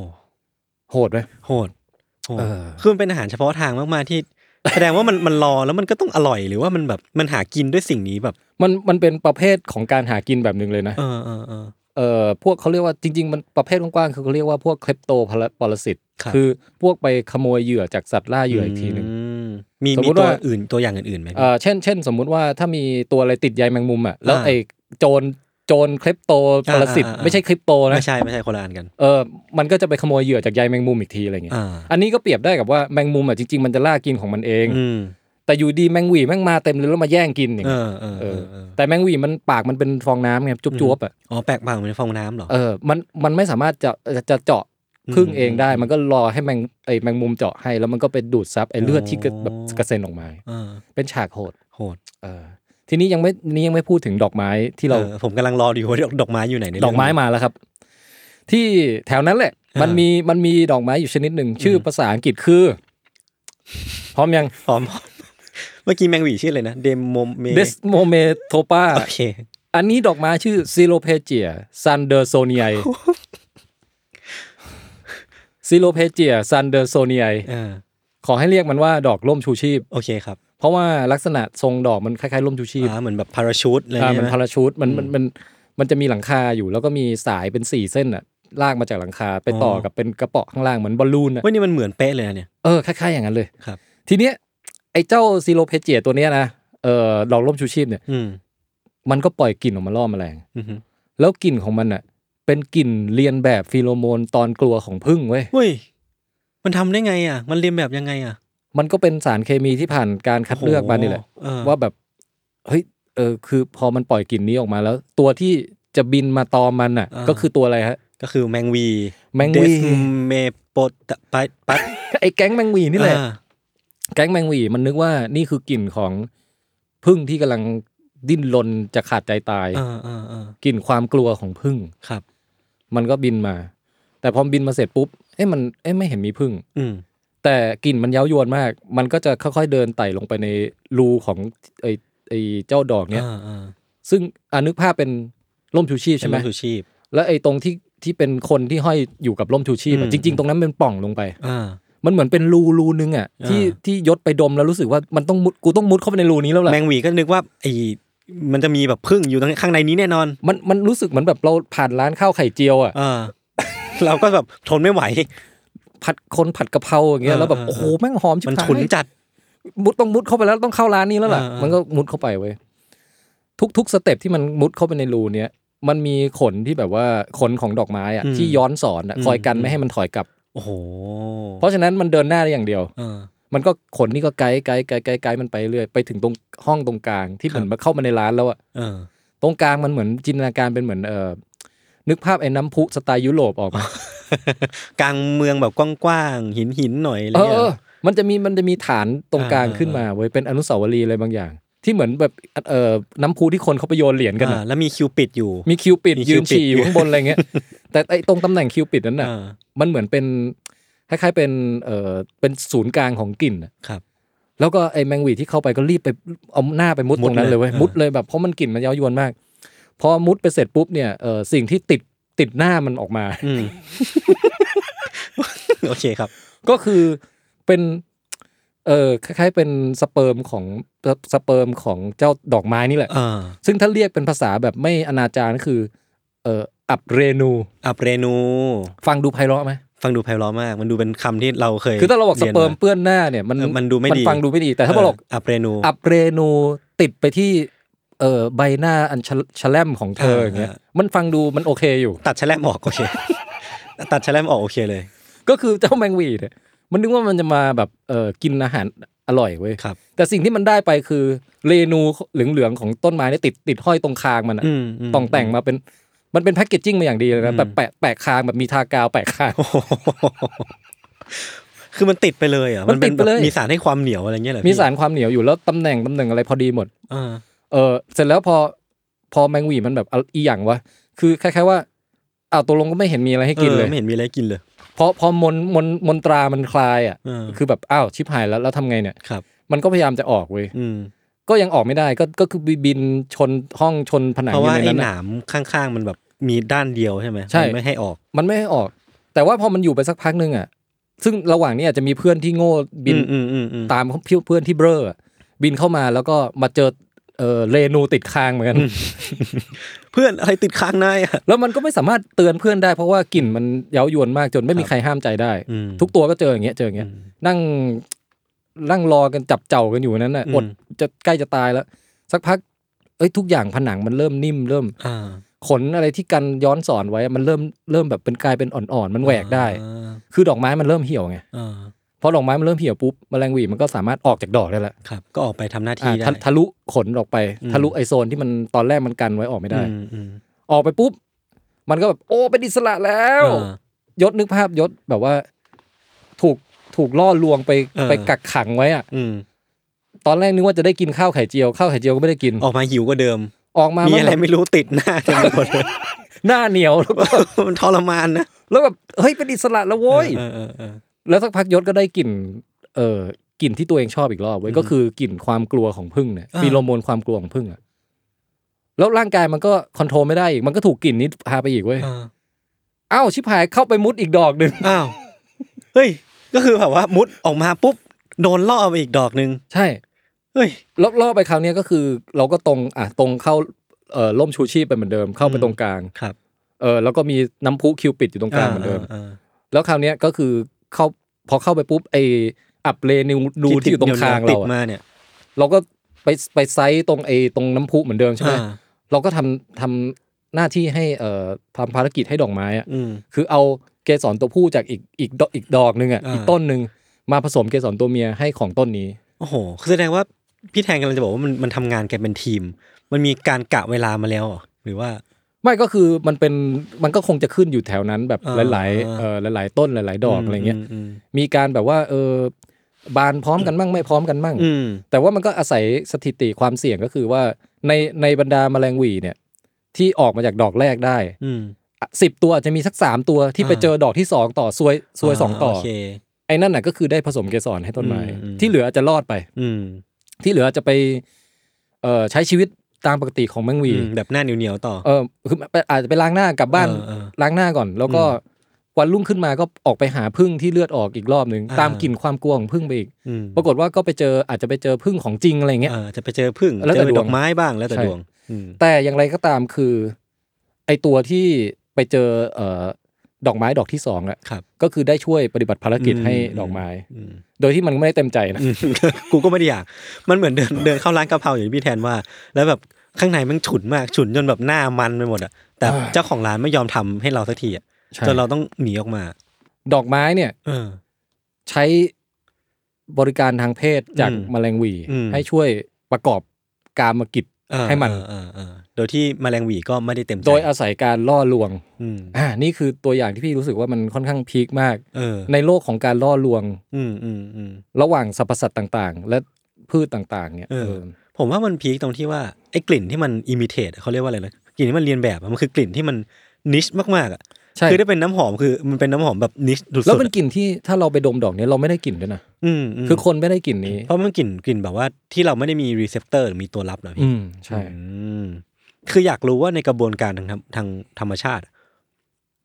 โหดไหม
โหดโหด
เออ
คือมันเป็นอาหารเฉพาะทางมาก ๆ ที่ [laughs] แสดงว่ามันมันรอแล้วมันก็ต้องอร่อยหรือว่ามันแบบมันหากินด้วยสิ่งนี้แบบ
มันมันเป็นประเภทของการหากินแบบหนึ่งเลยนะ
เออเออเออ
เออพวกเขาเรียกว่าจริง ๆ มันประเภทกว้างๆคือเขาเรียกว่าพวกเคลปโตปรสิต
ครับ
อพวกไปขโมยเหยื่อจากสัตว์ล่าเหยื่ออีกทีหนึ่ง
มมี
สม
มี
มุติ
ตัว
ว่า
อื่นตัวอย่างอื่นๆไหมพี่
เออเช่นเช่นสมมุติว่าถ้ามีตัวอะไรติดใยแมงมุมอ่ะแล้ว
อ่า
ไอ้โจรโจรเคลปโตปรสิต
อ่าอ่าอ่า
ไม่ใช่คริปโตนะ
ไม่ใช่ไม่ใช่คนละอันกัน
เออมันก็จะไปขโมยเหยื่อจากใยแมงมุมอีกทีอะไรเงี้ย
อ่า
อันนี้ก็เปรียบได้กับว่าแมงมุมอ่ะจริงๆมันจะล่ากินของมันเอง
อืม
แต่อยู่ดีแมงหวีแมงมาเต็มเลยแล้วมาแย่งกินอย่าง
เอ
เงี้ย
อเออ
เอ
เอ
อ
อเออ
แต่แมงหวีมันปากมันเป็นฟองน้ำไงจุ๊บๆอ่ะ
อ๋อแปลกปากเหมือนฟองน้ำเหรอ
เออมันมันไม่สามารถจะจะจะเจาะพึ่งเองได้ มันก็รอให้แมงไอแมงมุมเจาะให้ แล้วมันก็ไปดูดซับไอเลือดที่กระ
อ๋อ
แบบกระเซ็นออกมา
เออ
เป็นฉากโหด
โหด
เออทีนี้ยังไม่นี่ยังไม่พูดถึงดอกไม้ที่เรา
เออผมกำลังรออยู่ว่าด [laughs] อกดอกไม้อยู่ไหนในเรื่
ดอ
ง
กไม้มาแล้วครับ ที่แถวนั้นแหละ
อ่ามั
มันมีมันมีดอกไม้อยู่ชนิดหนึ่งชื่อภาษาอังกฤษคือพร้อมยัง
พร้อม [laughs] เมื่อกี้แมงหวีชื่ออะไรนะเดมโมเม
เดสโมเมโทปา
โอเค
อันนี้ดอกไม้ชื่อซิโลเพเจียซันเดอร์โซเนียซิโลเพเจียซันเดอร์โซเนีย
เออ
ขอให้เรียกมันว่าดอกร่มชูชีพ
โอเคครับ
เพราะว่าลักษณะทรงดอกมันคล้ายๆร่มชูชีพ
อ่าเหมือนแบบพาราชูตอะไร
อ่า
ใช่
มัน
ไหม
พาราชูตมันมันมันมันจะมีหลังคาอยู่ แล้วก็มีสายเป็นสี่เส้นอะลากมาจากหลังคาไปต่อกับเป็นกระเป๋อข้างล่างเหมือนบอลลูนอะ
เว้ยนี่มันเหมือนเป๊ะเลยนะเนี่ย
เออคล้ายๆอย่างนั้นเลย
ครับ
ทีเนี้ยไอ้เจ้าซิโลเพเจียตัวเนี้ยนะเออดอกร่มชูชีพเนี่ย
อืม
มันก็ปล่อยกลิ่นออกมาล่อแมลง
อือหือ
แล้วกลิ่นของมันอ่ะ เป็นกลิ่นเรียนแบบฟีโรโมนตอนกลัวของพึ่งเว้ย
เว้ยมันทำได้ไงอ่ะ มันเรียนแบบยังไงอ่ะ
มันก็เป็นสารเคมีที่ผ่านการคัดเลือกมานี่แหละ
โอ้โเออ
ว่าแบบเฮ้ยเออคือพอมันปล่อยกลิ่นนี้ออกมาแล้ว ตัวที่จะบินมาตอมมันอ่ะ
า
ก็คือตัวอะไรฮะ
ก็คือแมงวี
แมงวี
เมโปตปัดปัด
ไอ้แก๊งแมงหวีนี่แหละ
อ่า
แก๊งแมงหวีมันนึกว่านี่คือกลิ่นของพึ่งที่กำลังดิ้นรนจะขาดใจตาย
อ่าอ่าอ่าก
ลิ่นความกลัวของพึ่ง
ครับ
มันก็บินมา แต่พอบินมาเสร็จปุ๊บเอ้มันเอ้ไม่เห็นมีพึ่ง
อืม
แต่กลิ่นมันเย้ายวนมาก มันก็จะค่อยๆเดินไต่ลงไปในรูของไอ้ไอ้เจ้าดอกเนี้ย
อ่าอ่า
ซึ่งอานึกภาพเป็นร่มชูชีพ
ใช่
ใช่
ไห
ไห
ม
ม
ชูชีพ
แล้วไอ้ตรงที่ที่เป็นคนที่ห้อยอยู่กับร่มชูชีพ
อื
อะ
ม
จริง ๆ ตรงนั้นเป็นปล่องลงไป
อ่า
มันเหมือนเป็นรูรูนึงอ่ะที่
อ่า
ที่ยศไปดมแล้วรู้สึกว่ามันต้องมุดกูต้องมุดเข้าไปในรูนี้แล้วแหละ
แมงหวีก็นึกว่าไอ้มันจะมีแบบพึ่งอยู่ตรงข้างในนี้แน่นอน
มันมันรู้สึกเหมือนแบบเราผ่านร้านข้าวไข่เจียวอ่ะ
เออ เราก็แบบทนไม่ไหว
ผัดคนผัดกะเพราอย่างเงี้ย
เออ
แล้วแบบ
เออ
โอ้โหแม่งหอมชิบ
มัน
หาย
ฉุนจัด
มุดต้องมุดเข้าไปแล้วต้องเข้าร้านนี้แล้วล่ะ
เออเออ
มันก็มุดเข้าไปเว้ยทุกทุกสเต็ปที่มันมุดเข้าไปในรูเนี้ยมันมีขนที่แบบว่าขนของดอกไม้อ่ะที่ย้อนสอนอะคอยกันไม่ให้มันถอยกลับ
โอ้โห
เพราะฉะนั้นมันเดินหน้าได้อย่างเดียว
เออ
มันก็ขนนี่ก็ไกด์ไกด์ไกด์ไกด์ไกด์มันไปเรื่อยไปถึงตรงห้องตรงกลางที่เหมือนมาเข้ามาในร้านแล้วอะ
เออ
ตรงกลางมันเหมือนจินตนาการเป็นเหมือนเออนึกภาพไอ้น้ำพุสไตล์ยุโรปออกมาก
ลางเมืองแบบกว้างๆหินหินๆหน่อยอะไร
เออ
เงี้
เอย อมันจะมีมันจะมีฐานตรงกลาง
อ่า
ขึ้นมาเว้ยเป็นอนุสาวรีย์อะไรบางอย่าง ที่เหมือนแบบเออน้ำพุที่คนเขาไปโยนเหรียญกัน
อ่า
อะ
แล้วมีคิวปิดอยู่
มีคิวปิด
มี
ยืน
Cupid
ฉี่อยู่ข้างบนอะไรเงี้ย [laughs] แต่ไอ้ตรงตำแหน่งคิวปิดนั้นน่ะ
เออ
มันเหมือนเป็นคล้ายๆเป็นเอ่อเป็นศูนย์กลางของกลิ่นน่ะ
ครับ
แล้วก็ไอ้แมงหวีที่เข้าไปก็รีบไปเอาหน้าไปมุด
มุ
ตร
ด
งนั้นเลยเว้ย
เลยอ่า
มุดเลยแบบเพราะมันกลิ่นมันเย้ายวนมาก พอมุดไปเสร็จปุ๊บเนี่ยเอ่อสิ่งที่ติดติดหน้ามันออกมา
อืม [laughs] โอเคครับ
ก็คือเป็นเอ่อคล้ายๆเป็นสเปิร์มของสเปิร์มของเจ้าดอกไม้นี่แหละ
เออ
ซึ่งถ้าเรียกเป็นภาษาแบบไม่อนาจารก็คือเอ่ออับเรนู
อับเรนู
ฟังดูไพเราะไหม
ฟังดูไพเราะมาก มันดูเป็นคำที่เราเคย
คือถ้าเราบอกสเปิร์ม
ยน
เปื้อนหน้าเนี่ยมัน
เออมันดูไม่ดี
ฟังดูไม่ดีแต่ถ้าเราบอก
อับเรนู
อับเรนูติดไปที่เอ่อใบหน้าอันชะชะแลมของเธอ
เออ
อย่างเงี้ย
เออ
มันฟังดูมันโอเคอยู่
ตัดแฉลมออกโอเค [laughs] ตัดแฉลมออกโอเคเลย
ก็คือ [laughs] เจ้าแมงหวีเนี่ยมันนึกว่ามันจะมาแบบเอ่อกินอาหารอร่อยเว้ย
ครับ
แต่สิ่งที่มันได้ไปคือเรนูเหลืองๆของต้นไม้เนี่ยติดติดห้อยตรงคางมันอะ
อืมม
ต้องแต่งมาเป็นมันเป็นแพ็กเกจจิ้งมาอย่างดีเลยนะ
อืม
แบบแปะแปะคางแบบมีทากาวแปะคาง
โอ้โห [laughs] คือมันติดไปเลยเหรอ่ะ
มันติดไปเลย
มีสารให้ความเหนียวอะไรเงี้ยเหรอ
มี
พี่
สารความเหนียวอยู่แล้วตำแหน่งตำแหน่งอะไรพอดีหมด
เออ
เออเสร็จแล้วพอพอแมงหวีมันแบบอะไรอีหยังวะคือคล้ายๆว่าอ้าวตกลงก็ไม่เห็นมีอะไรให้กินเลย
ออไม่เห็นมีอะไรกินเลย
พอพอมนมนมนตรามันคลายอ่ะ
เออ
คือแบบอ้าวชิบหายแล้วแล้วทำไงเนี่ย
ครับ
มันก็พยายามจะออกเว้ย
อืม
ก็ยังออกไม่ได้ก็ก็คือบินชนห้องชนผนัง
เพราะ
อยู่
ว่า
ใน
ไอ้
นั้นอะ
หนามข้างๆมันแบบมีด้านเดียวใช่ไหม
ใช่
มันไม่ให้ออก
มันไม่ให้ออก แต่ว่าพอมันอยู่ไปสักพักหนึงอ่ะ ซึ่งระหว่างนี้อาจจะมีเพื่อนที่โง่บิน
อืมอืมอืม
ตามเพื่อนเพื่อนที่เบ้ออะบินเข้ามาแล้วก็มาเจอเออเรนูติดคางเหมือนกัน
เพื่อนอะไรติดค้างนายอ่ะ
แล้วมันก็ไม่สามารถเตือนเพื่อนได้ เพราะว่ากลิ่นมันเย้ายวนมากจนไม่มีใครห้ามใจได้
อืม
ทุกตัวก็เจออย่างเงี้ยเจออย่างเงี้ย นั่งนั่งรอกันจับเจ้ากันอยู่นั้นน่ะ
อืม
อดจะใกล้จะตายแล้ว สักพัก เอ้ยทุกอย่างผนังมันเริ่มนิ่มเริ่ม
อ่า
ขนอะไรที่กันย้อนสอนไว้อะมันเริ่มเริ่มแบบเป็นกลายเป็นอ่อนๆ มันแหวกได้
อ่า
คือดอกไม้มันเริ่มเหี่ยวไง
อ่า
พอดอกไม้มันเริ่มเหี่ยวปุ๊บแมลงหวีมันก็สามารถออกจากดอกได้ละ
ครับ ก็ออกไปทำหน้า
อ่ะ
ที่ได้
ทะทะลุขนออกไป
อืม
ทะลุไอโซนที่มันตอนแรกมันกันไว้ออกไม่ได้
อืมอืม
ออกไปปุ๊บ มันก็แบบโอ้เป็นอิสระแล้ว
อ่า
ยศนึกภาพยศแบบว่า ถูกถูกล่อลวงไป
เออ
ไปกักขังไว้อะ
อืม
ตอนแรกนึกว่าจะได้กินข้าวไข่เจียวข้าวไข่เจียวก็ไม่ได้กิน
ออกมาหิวกว่าเดิม
ออกมา
มี
มี
อะไรไม่รู้ติดหน้าเต็มไปหมดเลย [laughs]
หน้าเหนียวแล้วก็
มันทรมานนะ
แล้วแบบเฮ้ยเป็นอิสระแล้วโว้ย
เออเออเออ
แล้วสักพักยศก็ได้กลิ่นเอ่อกลิ่นที่ตัวเองชอบอีกรอบเว้ย
อืม
ก็คือกลิ่นความกลัวของพึ่งเนี่ย
อ่า
ฟีโรโมนความกลัวของพึ่งอะแล้วร่างกายมันก็คอนโทรลไม่ได้อีกมันก็ถูกกลิ่นนี้พาไปอีกเว้ย
เออ
เอ้าวชิบหายเข้าไปมุดอีกดอกหนึ่ง
อ้าวเฮ้ย ก็คือแบบว่ามุดออกมาปุ๊บโดนล่อไปอีกดอกหนึ่ง
ใช่
เฮ้ย
รอบๆไปคราวเนี้ยก็คือ เราก็ตรงอ่ะตรงเข้าเอ่อล่มชูชีพไปเหมือนเดิมเข้าไป
อืม
ตรงกลาง
ครับ
เออแล้วก็มีน้ำพุคิวปิดอยู่ตรงกลางเหมือนเดิม
าา
แล้วคราวเนี้ยก็คือเข้าพอเข้าไปปุ๊บไออับเลนิวดูที่อยู่ตรงคาง
ติ
เรา
ด
อะ
มาเนี่ย
เราก็ไปไปไซต์ตรงไอตรงน้ำพุเหมือนเดิมใช่ไหม
อ่า
เราก็ทำทำหน้าที่ให้เอ่อทำภารกิจให้ดอกไม้อะ
อืม
คือเอาเกสรตัวผู้จากอีกอีกดอกอีกดอกหนึ่งอ่ะ
อ่า
อีกต้นหนึ่งมาผสมเกสรตัวเมียให้ของต้นนี้
โอ้โหคือแสดงว่าพี่แทนกำลังจะบอกว่ามันมันทำงานกันเป็นทีม มันมีการกะเวลามาแล้วเหรอหรือว่า
ไม่ก็คือมันเป็นมันก็คงจะขึ้นอยู่แถวนั้นแบบ
อ่า
หลายๆเอ่อหลาย ๆ ต้นหลาย ๆ ดอกอะไรเงี้ย
มอืม
มีการแบบว่าเออบานพร้อมกันมั่งไม่พร้อมกันมั่ง
อืม
แต่ว่ามันก็อาศัยสถิติความเสี่ยงก็คือว่าในในบรรดาแมลงหวีเนี่ย ที่ออกมาจากดอกแรกได้
อืม
สิบตัวอาจจะมีสักสามตัวที่ไป
อ่า
เจอดอกที่สองต่อซวยซวยสองต่อ
โเค
ไอ้นั่นน่ะก็คือได้ผสมเกสรให้ต้นไม้
อืมอืม
ที่เหลืออาจจะรอดไป
อืม
ที่เหลืออาจจะไปเอ่อใช้ชีวิตตามปกติของแมงหวี
อืมแบบหน้าเหนียวๆต่อ
เออคืออาจจะไปล้างหน้ากลับบ้าน
เออเออ
ล้างหน้าก่อน แล้วก็ วันรุ่งขึ้นมาก็ออกไปหาพึ่งที่เลือดออกอีกรอบหนึ่ง
อ่า
ตามกลิ่นความกลัวของพึ่งไปอีก
อืม
ปรากฏว่าก็ไปเจออาจจะไปเจอพึ่งของจริงอะไรเงี้ย
เออจะไปเจอพึ่ง
แล้ว
เจ
แต่
อ
ดวง
ดอกไม้บ้างแล้วแต่ดวง อืม
แต่อย่างไรก็ตามคือ ไอตัวที่ไปเจอเอ่อดอกไม้ดอกที่สองอะ
ครับ
ก็คือได้ช่วยปฏิบัติภารกิจ
อืม
ให้ดอกไม้
อืม [laughs]
โดยที่มันไม่ได้เต็มใจนะ
อืม กูก็ไม่ได้อยาก มันเหมือนเดิน [laughs] เดินเข้าร้านกะเพราอย่างที่พี่แทนว่า แล้วแบบข้างในมันฉุนมากฉุนจนแบบหน้ามันไปหมดอ่ะ แต่
อ่า
เจ้าของร้านไม่ยอมทำให้เราสักทีอ่ะ
ใช่
จนเราต้องหนีออกมา
ดอกไม้เนี่ย
เออ
ใช้บริการทางเพศจาก
อืม
แมลงหวี
อืม
ให้ช่วยประกอบการมกิจ
เออ
ให้มัน
เออเออเออโดยที่แมลงหวีก็ไม่ได้เต็มใจ
โดยอาศัยการล่อลวง
อืม
อ่านี่คือตัวอย่างที่พี่รู้สึกว่ามันค่อนข้างพีคมาก
เออ
ในโลกของการล่อลวง
อืมอืมอืม
ระหว่างสรรพสัตว์ต่างๆ และพืชต่างๆ เนี่ย
เออ
เออ
ผมว่ามันพีคตรงที่ว่าไอ้กลิ่นที่มันอิมิเตตเขาเรียกว่าอะไรนะกลิ่นที่มันเรียนแบบอะมันคือกลิ่นที่มันนิชมากๆอ่ะ
ใช่
คือถ้าเป็นน้ำหอมคือมันเป็นน้ำหอมแบบนิชสุดๆ
แล้วเป็น
อะ
กลิ่นที่ถ้าเราไปดมดอกเนี้ยเราไม่ได้กลิ่นด้วยนะ
อืมอืม
คือคนไม่ได้กลิ่นนี้
เพราะมันกลิ่นกลิ่นแบบว่าที่เราไม่ได้มีรีเซพเตอร์หรือมีตัวรับนะพี่
อืมใช่
อืมคืออยากรู้ว่าในกระบวนการทางธรรมทางธรรมชาติอะ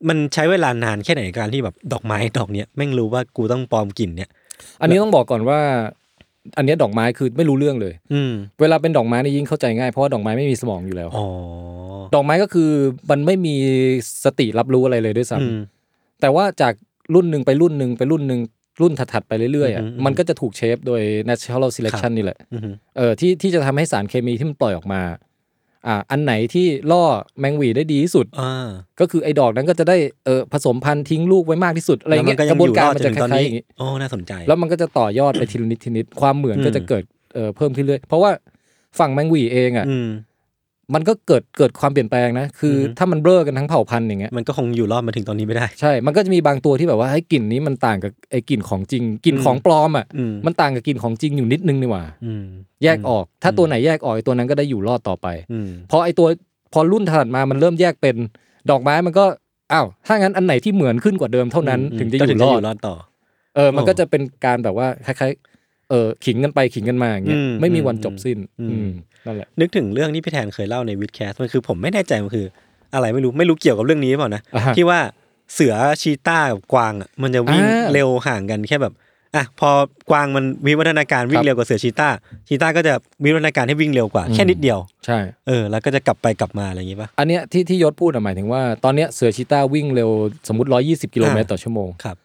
มันใช้เวลานานแค่ไหนในการที่แบบดอกไม้ดอกเนี้ยแม่งรู้ว่ากูต้องปลอมกลิ่นเนี้ย
อันนี้ต้องบอกก่อนว่า อันเนี้ยดอกไม้คือไม่รู้เรื่องเลย
อืม
เวลาเป็นดอกไม้นี่ยิ่งเข้าใจง่ายเพราะว่าดอกไม้ไม่มีสมองอยู่แล้ว
อ๋อ
ดอกไม้ก็คือมันไม่มีสติรับรู้อะไรเลยด้วยซ้
อืม
ำแต่ว่าจากรุ่นหนึ่งไปรุ่นหนึ่งไปรุ่นหนึ่งรุ่นถัดๆไปเรื่อยๆอ่ะ
อืมอืม
มันก็จะถูกเชฟโดย natural selection นี่แหละ
อืม
เออที่ที่จะทำให้สารเคมีที่มันปล่อยออกมาอ่าอันไหนที่ล่อแมงหวีได้ดีที่สุด
อ่า
ก็คือไอ้ดอกนั้นก็จะได้เออผสมพันธุ์ทิ้งลูกไว้มากที่สุดอะไรเงี้ย
แล้ว
กระบวนการมัน
ยั
จะ
ง
ค
อยู่อดจถึงตอน
ล้ายๆ
นี้
อย่างงี้
โอ้น่าสนใจ
แล้วมันก็จะต่อยอดไปทีละนิดทีละนิดความเหมือน
อืม
ก็จะเกิดเออเพิ่มขึ้นเรื่อยเพราะว่าฝั่งแมงหวีเองอ่ะ
อืม
มันก็เกิดเกิดความเปลี่ยนแปลงนะคืออ
อฮึ
ถ้ามันเบ้อกันทั้งเผ่าพันธุ์อย่างเงี้ย
มันก็คงอยู่รอดมาถึงตอนนี้ไม่ได้
ใช่ มันก็จะมีบางตัวที่แบบว่าให้ยกลิ่นนี้มันต่างกับไอ้กลิ่นของจริง กลิ่น
อืม
ของปลอมอ่ะ
อืม
มันต่างกับกลิ่นของจริงอยู่นิดนึงนี่หว่า
อืม
แยกออก ถ้า
อืม
ตัวไหนแยกออกไอ้ตัวนั้นก็ได้อยู่รอดต่อไป
อืม
พอไอ้ตัวพอรุ่นถัดมา มันเริ่มแยกเป็นดอกไม้มันก็ อ้าว ถ้างั้นอันไหนที่เหมือนขึ้นกว่าเดิมเท่านั้น
อืม
ถึงจะอ
ก็
ยู่รอด
รอดต่อ
เออ มัน
โอ้
ก็จะเป็นการแบบว่าคล้ายๆ เออขิงกันไปขิงกันมาอย่างเงี้ย
อืม
ไม่มีวันจบสิ้น
อืม
อืม นั่นแหละ
นึกถึงเรื่องที่พี่แทนเคยเล่าในวิดแคสมันคือผมไม่แน่ใจมันคือ อะไรไม่รู้ไม่รู้เกี่ยวกับเรื่องนี้หรือเปล่านะ
อ่าฮะ
ที่ว่าเสือชีต้ากับกวางอะมันจะวิ่ง
อ่า
เร็วห่างกันแค่แบบอ่ะพอกวางมันวิวัฒนาการวิ่
ครั
ง
บ
เร็วกว่าเสือชีต้าชีต้าก็จะวิวัฒนาการให้วิ่งเร็วกว่า
อืม
แค่นิดเดียว
ใช่
เออแล้วก็จะกลับไปกลับมาอะไรอย่างงี้ป่ะ
อันเนี้ยที่ที่ยศพูดอะหมายถึงว่าตอนเนี้ยเสือชีตาวิ่งเร็วสมมติ 120 กิโลเมตรต่อชั่วโมง
ครับ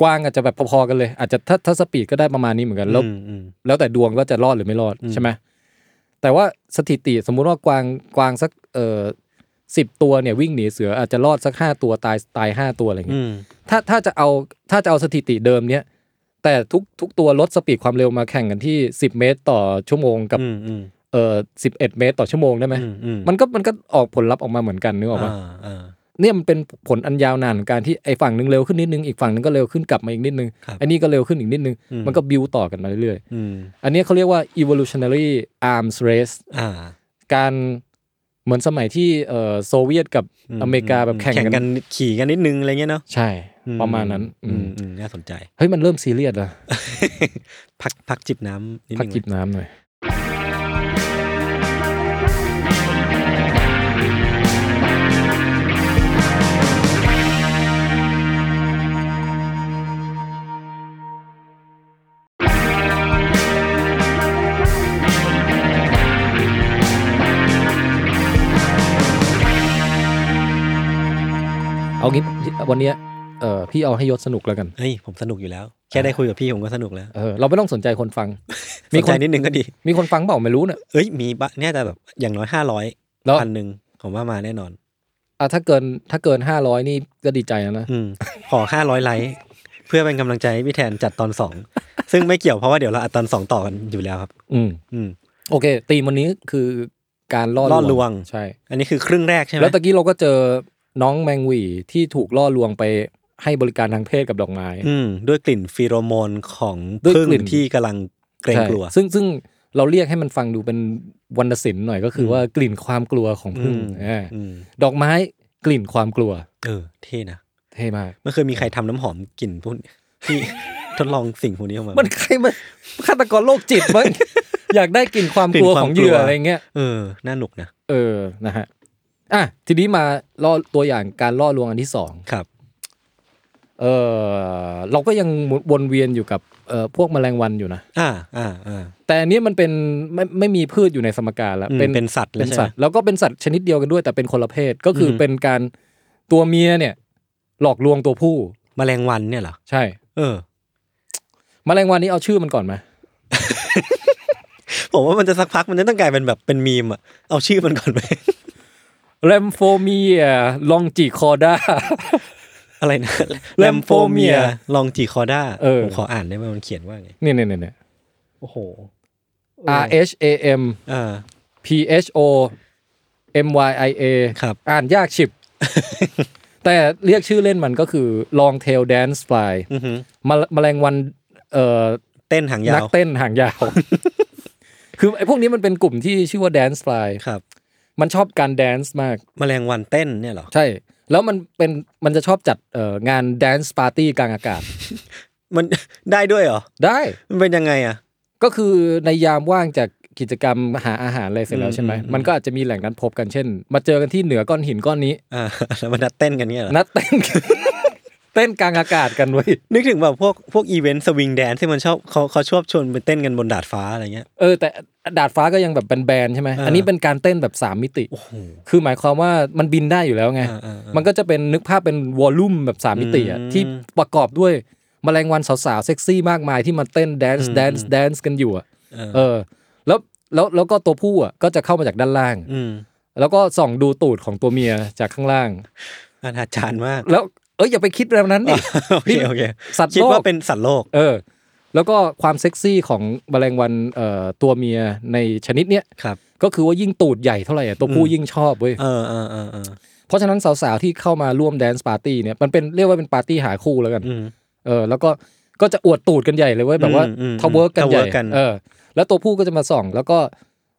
กว้างอาจจะแบบพอๆกันเลย อาจจะถ้าถ้าสปีดก็ได้ประมาณนี้เหมือนกัน แล้ว
อืมอืม
แล้วแต่ดวงว่าจะรอดหรือไม่รอด
อืม
ใช่ไหมแต่ว่าสถิติสมมุติว่ากวางกวางสักเอ่อสิบตัวเนี่ยวิ่งหนีเสืออาจจะรอดสักห้าตัวตายตายห้าตัวอะไร
อื
เงี้ย
ม
ถ้าถ้าจะเอาถ้าจะเอาสถิติเดิมเนี่ยแต่ทุกทุกตัวลดสปีดความเร็วมาแข่งกันที่สิบเมตรต่อชั่วโมงกับ
อืมอืม
เอ่อสิบเอ็ดเมตรต่อชั่วโมงได้ไหม
อืมอืม
มันก็มันก็ออกผลลัพธ์ออกมาเหมือนกันนึกออกปะ
อ่าอ่า
เนี่ยมันเป็นผลอันยาวนานของการที่ไอ้ฝั่งหนึ่งเร็วขึ้นนิดนึงอีกฝั่งหนึงก็เร็วขึ้นกลับมาอีกนิดนึง
ครับ
ไอ้นี่ก็เร็วขึ้นอีกนิดนึง
อืม
มันก็บิวต่อกันมาเรื่อย
อืม
ๆ อันเนี้ยเขาเรียกว่า evolutionary arms race
อ่า
การเหมือนสมัยที่เอ่อโซเวียตกับ
ม
อเมริกาแบบแข่ง
กั
กัน
นขี่กันนิดนึงอะไรเงี้ยเนาะ
ใช่
อื
ประมาณนั้น
อื
อื
ม
ม
อืมน่าสนใจ [laughs]
เฮ้ย มันเริ่มซีเรียสแล้ว
พักพักจิบน้ำนิด
พัก
นึง
จิบน้ำหน่อย เอางี้วันเนี้ยเออพี่เอาให้ยศสนุกแล้วกัน
เฮ้ย ผมสนุกอยู่แล้ว แค่ได้คุยกับพี่ผมก็สนุกแล้ว
เออเราไม่ต้องสนใจคนฟัง
ส
มี
น
ค
ใจ
น
นิดนึงก็ดี
มีคนฟังเปล่าไม่รู้เนี่ย
เอ้ย มีบะเนี่ยแต่แบบอย่างน้อยห้าร้อย
แล้ว
พันหนึ่งผมว่ามาแน่นอน
อ่ะถ้าเกินถ้าเกินห้าร้อยนี่ก็ดีใจแล้วนะ
อืม ขอห้าร้อยไลค์เพื่อเป็นกำลังใจให้พี่แทนจัดตอนสอง ซึ่งไม่เกี่ยวเพราะว่าเดี๋ยวเราอัดตอนสองต่อกันอยู่แล้วครับ
อืม
อืม
โอเคตีมวันนี้คือการล่อ
ล่อลวง
ใช่
อันนี้คือครึ่งแรกใช่ไหม
แล้วตะกี้เราก็เจอน้องแมงหวีที่ถูกล่อลวงไปให้บริการทางเพศกับดอกไม้
อืม ด้วยกลิ่นฟีโรโมนของ
ด้วย
พึ่ง
กลิ่น
ที่กำลังเกรงกลัว
ใช่ซึ่งซึ่งเราเรียกให้มันฟังดูเป็นวรรณศิลป์หน่อยก็คือว่ากลิ่นความกลัวของพึ่ง
อืม
อ่า
อืม
ดอกไม้กลิ่นความกลัว
เออเท่นะ
เท่มาก
ไม่เคยมีใครทำน้ำหอมกลิ่นพวกนี้ [laughs] ที่ ทดลองสิ่งพวกนี้ออกมา
มันใครมันฆาตกรโรคจิตมั้ง [laughs] อยากได้กลิ่นความกลัว
กลิ่นความ
ของเหยื่อก
ลัว
อะไรเงี้ย
เออ น่าหนุกนะ
เออ นะฮะ อ่ะ ทีนี้มาล่อตัวอย่างการล่อลวงอันที่สอง
ครับ
เออเราก็ยังวนเวียนอยู่กับเอ่อพวกแมลงวันอยู่นะ
อ่าอ่าอ่า
แต่อันเนี้ยมันเป็นไม่ไม่มีพืชอยู่ในสมการแล้ว
อืมเป็นสัตว์เลย
เป็น
ใช่ไหม
สัตว์แล้วก็เป็นสัตว์ชนิดเดียวกันด้วย แต่เป็นคนละเพศก็คืออ
ม
เป็นการตัวเมียเนี่ย หลอกลวงตัวผู้
แมลงวันเนี่ยเหรอ
ใช่
เออ
แมลงวันนี้เอาชื่อมันก่อนไหม
ผมว่ามันจะสักพักมันจะต้องกลายเป็นแบบเป็นมีมอะเอาชื่อมัน
[laughs]
ก่อนไหม
แรมโฟเมียลองจิคอด้า
อะไรนะ
Lampomia
ลองจีคอด้า
เออ
ผมขออ่านได้ไหมมันเขียนว่าไง
[laughs] เนี่ยเนี่ยเนี่ย
โอ้โห
R H A M
เออ
P H O M Y I A
ครับ
อ่านยาก [laughs] ฉิบ แต่เรียกชื่อเล่นมันก็คือ Long Tail Dance Fly
อือหือ
มะแมลงวันเอ่อ
เต้นหางยา
นัก
ว
เต้นหางยาว
[laughs]
คือไอ้พวกนี้มันเป็นกลุ่มที่ชื่อว่าแดนซ์ฟลาย
ครับ
มันชอบการแดนซ์มาก
แมลงวันเต้นเนี่ยเหรอ
ใช่ แล้วมันเป็นมันจะชอบจัดเอ่องานแดนซ์ปาร์ตี้กลางอากาศ
มัน [laughs] ได้ด้วยเหรอ
ได้
มันเป็นยังไงอะ
ก็คือในยามว่างจากกิจกรรมหาอาหารอะไรเสร็จแล้
อื
ว
ม
ใช่ไหม
อืม
มันก็อาจจะมีแหล่งนั้นพบกันเช่น มาเจอกันที่เหนือก้อนหินก้อน
[laughs]
นี้
อ่า แล้วมันนัดเต้นกันเนี่ยเหรอ
นัดเต้น เต้นกลางอากาศกันเว้ย
นึกถึงแบบพวกพวกอีเวนต์สวิงแดนที่มันชอบเขาเขาชอบชวนไปเต้นกันบนดาดฟ้าอะไรเงี้ย
เออแต่ดาดฟ้าก็ยังแบบแบนๆใช่ไหม
อ่า
อันนี้เป็นการเต้นแบบสามมิติ
โอ้โห
คือหมายความว่ามันบินได้อยู่แล้วไง
อ่าอ่าอ่า
มันก็จะเป็นนึกภาพเป็นวอลลุ่มแบบสามมิติอะ
อืม
ที่ประกอบด้วยแมลงวันสาวๆ เซ็กซี่มากมายที่มาเต้นแดนซ์แดนซ์แดนซ์กันอยู่อะ
เออ
เออ แล้วแล้วแล้วก็ตัวผู้อะก็จะเข้ามาจากด้านล่าง
อืม
แล้วก็ส่องดูตูดของตัวเมียจากข้างล่าง
อาณาจารย์
[laughs]
มาก
แล้วเอ้ยอย่าไปคิดแบบนั้นดิ
โอเคโอเค
สัตว์
คิด
โล
ว่าก เป็นสัตว์โลก
เออ แล้วก็ความเซ็กซี่ของแมลงวันเอ่อตัวเมียในชนิดเนี้ย
ครับ
ก็คือว่ายิ่งตูดใหญ่เท่าไหร่อะตัวผู้
อืม
ยิ่งชอบเว้ย
เออเออเออเออ
เพราะฉะนั้นสาวๆที่เข้ามาร่วมแดนซ์ปาร์ตี้เนี่ยมันเป็นเรียกว่าเป็นปาร์ตี้หาคู่แล้วกัน
อืม
เออแล้วก็ก็จะอวดตูดกันใหญ่เลยเว้ยแบบว่า
อืมอืม
ทาวเวิร์กกันใหญ่
ทะเวิร์กกัน
เออ แล้วตัวผู้ก็จะมาส่อง แล้วก็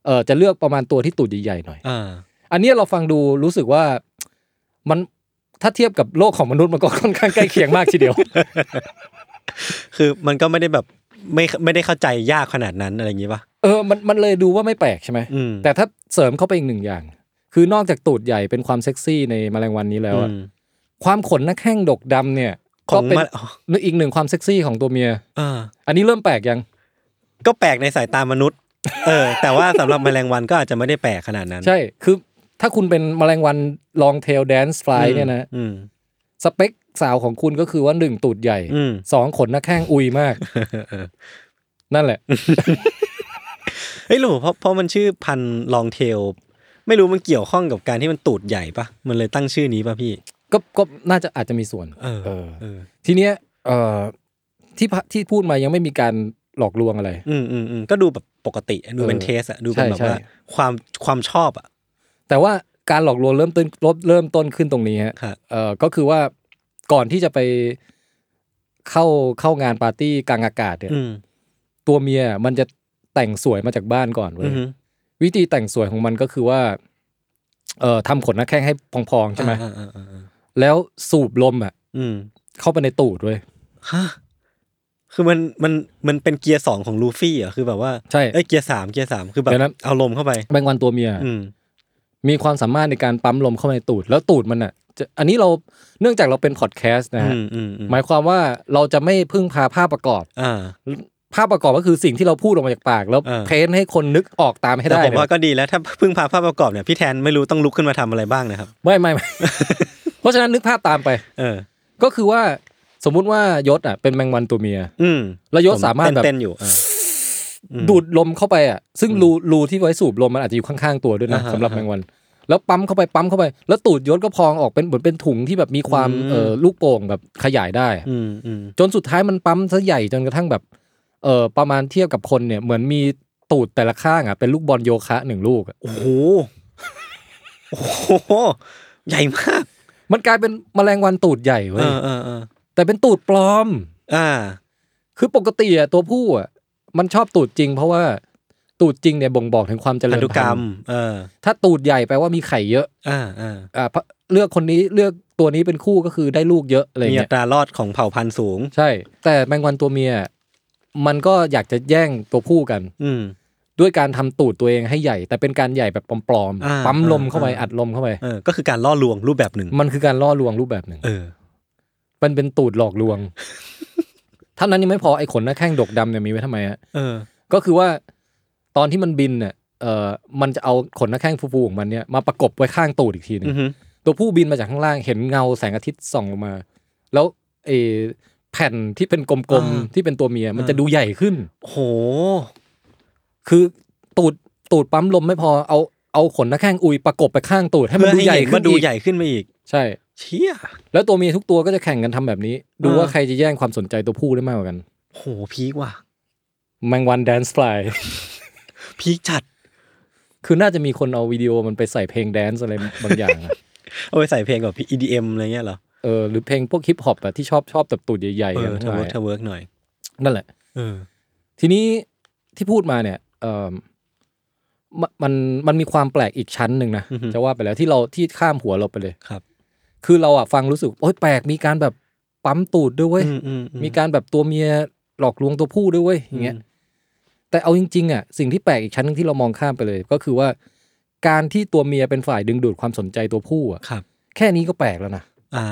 เออจะเลือกประมาณตัวที่ตูดใหญ่ๆหน่อย
อ่า
อันเนี้ยเราฟังดูรู้สึกว่ามันถ้าเทียบกับโลกของมนุษย์มันก็ [laughs] ค่อนข้างใกล้เคียงมากทีเดียว
คือมันก็ไม่ได้แบบไม่ไม่ได้เข้าใจยากขนาดนั้นอะไรอย่างงี้ป่ะ
เออมันมันเลยดูว่าไม่แปลกใช่ไหม
อืม
แต่ถ้าเสริมเข้าไปอีกหนึ่งอย่าง คือนอกจากตูดใหญ่เป็นความเซ็กซี่ในแมลงวันนี้แล้วอะ
อืม
ความขนหน้าแข้งดกดำเนี่ย
ข
ก็
อง
เป็น
มันอ๋อ
อีกหนึ่งความเซ็กซี่ของตัวเมีย
อ่า
อันนี้เริ่มแปลกยัง
ก็แปลกในสายตามนุษย์ เออ แต่ว่าสำหรับแมลงวันก็อาจจะไม่ได้แปลกขนาดนั้น
ใช่ คือถ้าคุณเป็นแมลงวันลองเทลแดนซ์ฟลายเนี่ยนะ
อืม
สเปคสาวของคุณก็คือว่าหนึ่งตูดใหญ่
อืม
สองขนหน้าแข้งอุยมาก [laughs]
เอ [laughs] อ
นั่นแหละ
เฮ้ยหรือเพราะเพราะมันชื่อพันธุ์ลองเทล ไม่รู้มันเกี่ยวข้องกับการที่มันตูดใหญ่ป่ะ มันเลยตั้งชื่อนี้ป่ะพี่
ก็ก็น่าจะอาจจะมีส่วน
เออ
เออ
เออ
ทีเนี้ยเอ่อที่พะที่พูดมายังไม่มีการหลอกลวงอะไร
อืมอืมอืมก็ดูแบบปกติดูเป็น
เออ
เทสอะดูเป็น
ใช่
แบบว่า
ใช่
ความความชอบอะ
แต่ว่าการหลอกลวงเริ่มต้นเริ่มต้นขึ้นตรงนี้ฮะ
ค่ะ
เอ่อก็คือว่าก่อนที่จะไปเข้าเข้างานปาร์ตี้กลางอากาศเนี่ย
อืม
ตัวเมียมันจะแต่งสวยมาจากบ้านก่อนเว้
อื
ย
ม
วิธีแต่งสวยของมันก็คือว่า เอ่อทำขนหน้าแข้งให้พองๆใช่ไหม
อ่าอ่าอ่าอ่า
แล้วสูบลมอ่ะ
อืม
เข้าไปในตูดด้วย
ฮะ คือมันมันมันเป็นเกียร์สองของลูฟี่เหรอ่ะ คือแบบว่า
ใช่
เอ้ยเกียร์สามเกียร์สามคือแบบ
เดี๋ยวนะ
เอาลมเข้าไป
แมงวันตัวเมีย
อืม
มีความสามารถในการปั๊มลมเข้าไปในตูด แล้วตูดมันอ่ะจะอันนี้เราเนื่องจากเราเป็นพอดแคสต์นะฮะ
อืมอืมอืม
หมายความว่าเราจะไม่พึ่งพาภาพประกอบ
อ่า
ภาพประกอบก็คือสิ่งที่เราพูดออกมาจากปาก แล้ว
เออ
เพ้นให้คนนึกออกตามให้
แต่
ได้
ผมว่า
เนี่ย
ก็ดีแล้ว ถ้าเพิ่งพาภาพประกอบเนี่ย พี่แทนไม่รู้ต้องลุกขึ้นมาทำอะไรบ้างนะครับ
ไม่ไม่ไม่ [laughs] เพราะฉะนั้นนึกภาพตามไป
เออ
ก็คือว่าสมมุติว่ายศอ่ะเป็นแมงวันตัวเมีย
อืม
แล้วยศสามารถ
ผ
แบบ
เต้นๆอยู่อ่า อืม
ดูดลมเข้าไปอ่ะซึ่งรูรูที่ไว้สูบลมมันอาจจะอยู่ข้างๆตัวด้วยนะ
อ่าฮะ
สำหรับแมงวัน แล้วปั๊มเข้าไปปั๊มเข้าไป แล้วตูดยศก็พองออกเป็นเหมือนเป็นถุงที่แบบมีความ
อืม
เอ่อลูกโป่งแบบขยายได้
อืมอืม
จนสุดท้ายมันปั๊มซะใหญ่จนกระทั่งแบบเอ่อประมาณเทียบกับคนเนี่ยเหมือนมีตูดแต่ละข้างอ่ะเป็นลูกบอลโยคะหนึ่งลูกอะ
โอ้โห โอ้โห ใหญ่มาก
มันกลายเป็นแมลงวันตูดใหญ่เว้
เอย อเออเออ
แต่เป็นตูดปลอม
อ่า
คือปกติอ่ะตัวผู้อ่ะมันชอบตูดจริง เพราะว่าตูดจริงเนี่ยบ่งบอกถึงความเจริ
พัน
ญ
ธุกร
พั
รม
นธุ์
เออ
ถ้าตูดใหญ่แปลว่ามีไข่เยอะ
อ่าอ่า
อ่าพะเลือกคนนี้เลือกตัวนี้เป็นคู่ก็คือได้ลูกเยอะอะไร
มีอั
เงี้ย
ตรารอดของเผ่าพันธุ์สูง
ใช่ แต่แมงวันตัวเมีย มันก็อยากจะแย่งตัวผู้กัน
อืม
ด้วยการทำตูดตัวเองให้ใหญ่ แต่เป็นการใหญ่แบบปลอม
อ่า
ๆปั๊มลมเข้าไป
อ่า
อัดลมเข้าไป
เออ ก็คือการล่อลวงรูปแบบหนึ่ง
มันคือการล่อลวงรูปแบบหนึ่ง
เออ
มันเป็นตูดหลอกลวง เท่านั้นยังไม่พอไอ้ขนหน้าแข้งดกดำเนี่ยมีไว้ทำไมฮะ
เออ
ก็คือว่าตอนที่มันบินเนี่ยเออมันจะเอาขนหน้าแข้งฟูๆของมันเนี่ยมาประกบไว้ข้างตูดอีกทีหนึง
อือฮึ
ตัวผู้บินมาจากข้างล่างเห็นเงาแสงอาทิตย์ส่องลงมา แล้วเออแผ่นที่เป็นกลม
อ่า
ๆที่เป็นตัวเมีย มัน
อ่า
จะดูใหญ่ขึ้น
โห
คือตูดตูดปั๊มลมไม่พอเอาเอาขนหน้าแข้งอุยประกบไปข้างตูดให้มัน
เพื่อ
ดูใหญ่
เน
ขึ้
ว่าน ดู
อีก
ใหญ่ขึ้นมาอีก
ใช่
เชี่ย
แล้วตัวเมียทุกตัวก็จะแข่งกันทำแบบนี้ ดู
อ่า
ว่าใครจะแย่งความสนใจตัวผู้ได้มากกว่ากัน
โหพีกว่ะ
แมงวันแดนซ์ฟลาย
พีกจัด
[laughs] คือน่าจะมีคนเอาวิดีโอมันไปใส่เพลงแดนซ์อะไรบางอย่างอะ
เอาไปใส่เพลงกับ EDM อะไรเงี้ยเหรอ
เออหรือเพลงพวกฮิปฮอปอะที่ชอบชอบแบบตูดใหญ่
เอ
ๆกั
อน เท
ทั้งห
เวิ
ลา
ร์
ย
กเทเวิร์กหน่อย
นั่นแหละ
เออ
ทีนี้ที่พูดมาเนี่ยเออมมันมันมีความแปลกอีกชั้นหนึ่งนะ
อือฮึ
จะว่าไปแล้วที่เราที่ข้ามหัวเราไปเลย
ครับ
คือเราอะฟังรู้สึกโอ๊ยแปลกมีการแบบปั๊มตูดด้วยเว้ย
อืมอืมอื
มีการแบบตัวเมียหลอกลวงตัวผู้ด้วยเว้ยอย่างเงี้ยแต่เอาจริงๆอะสิ่งที่แปลกอีกชั้นหนึงที่เรามองข้ามไปเลย ก็คือว่า การที่ตัวเมียเป็นฝ่ายดึงดูดความสนใจตัวผู้อะ
ครับ
แค่นี้ก็แปลกแล้วนะ
อ่า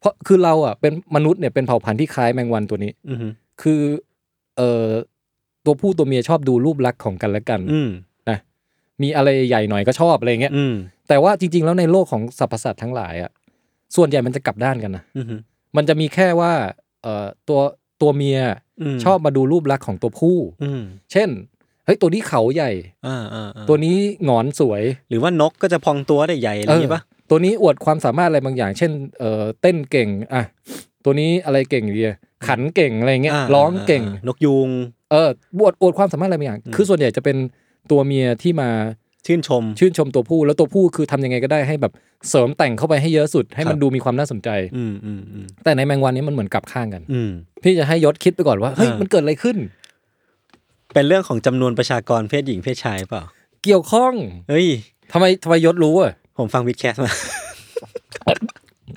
เพราะคือเราอะเป็นมนุษย์เนี่ยเป็นเผ่าพันธุ์ที่คล้ายแมงวันตัวนี้
อืม
คือเอ่อตัวผู้ตัวเมียชอบดูรูปลักษณ์ของกันและกัน
อืม
มีอะไรใหญ่หน่อยก็ชอบอะไรเงี้ย
อืม
แต่ว่าจริง ๆ แล้วในโลกของสรรพสัตว์ทั้งหลายอ่ะส่วนใหญ่มันจะกลับด้านกันนะ
อืม
มันจะมีแค่ว่าเอ่อตัวตัวเมีย
ม
ชอบมาดูรูปลักษณ์ของตัวผู้
อืม
เช่นเฮ้ยตัวนี้เขาใหญ่
อ่าอ่าอ่า
ตัวนี้หงอนสวย
หรือว่านกก็จะพองตัวได้ใหญ่อะไรอย่างงี้ปะ
เออตัวนี้อวดความสามารถอะไรบางอย่าง เช่นเอ่อเต้นเก่งอ่ะตัวนี้อะไรเก่งดีอะขันเก่งอะไรเงี้ย
า
ร้องเก่ง
อ่านกยูง
เออบวดอวดความสามารถอะไรบางอย่าง
อืม
คือส่วนใหญ่จะเป็นตัวเมียที่มา
ชื่นชม
ชื่นชมตัวผู้ แล้วตัวผู้คือทำยังไงก็ได้ให้แบบเสริมแต่งเข้าไปให้เยอะสุด ให้มัน
ครับ
ดูมีความน่าสนใจ
อืมอืมอืม
แต่ในแมงวันนี้มันเหมือนกลับข้างกัน
อืม
พี่จะให้ยศคิดไปก่อนว่า เฮ้ย
อ่ามั
มันเกิดอะไรขึ้น
เป็นเรื่องของจำนวนประชากรเพศหญิงเพศชายเปล่า
เกี่ยวข้อง
เอ้ย
ทำไมทำไมยศรู้อ่ะ
ผมฟังวิดแคสมา [laughs]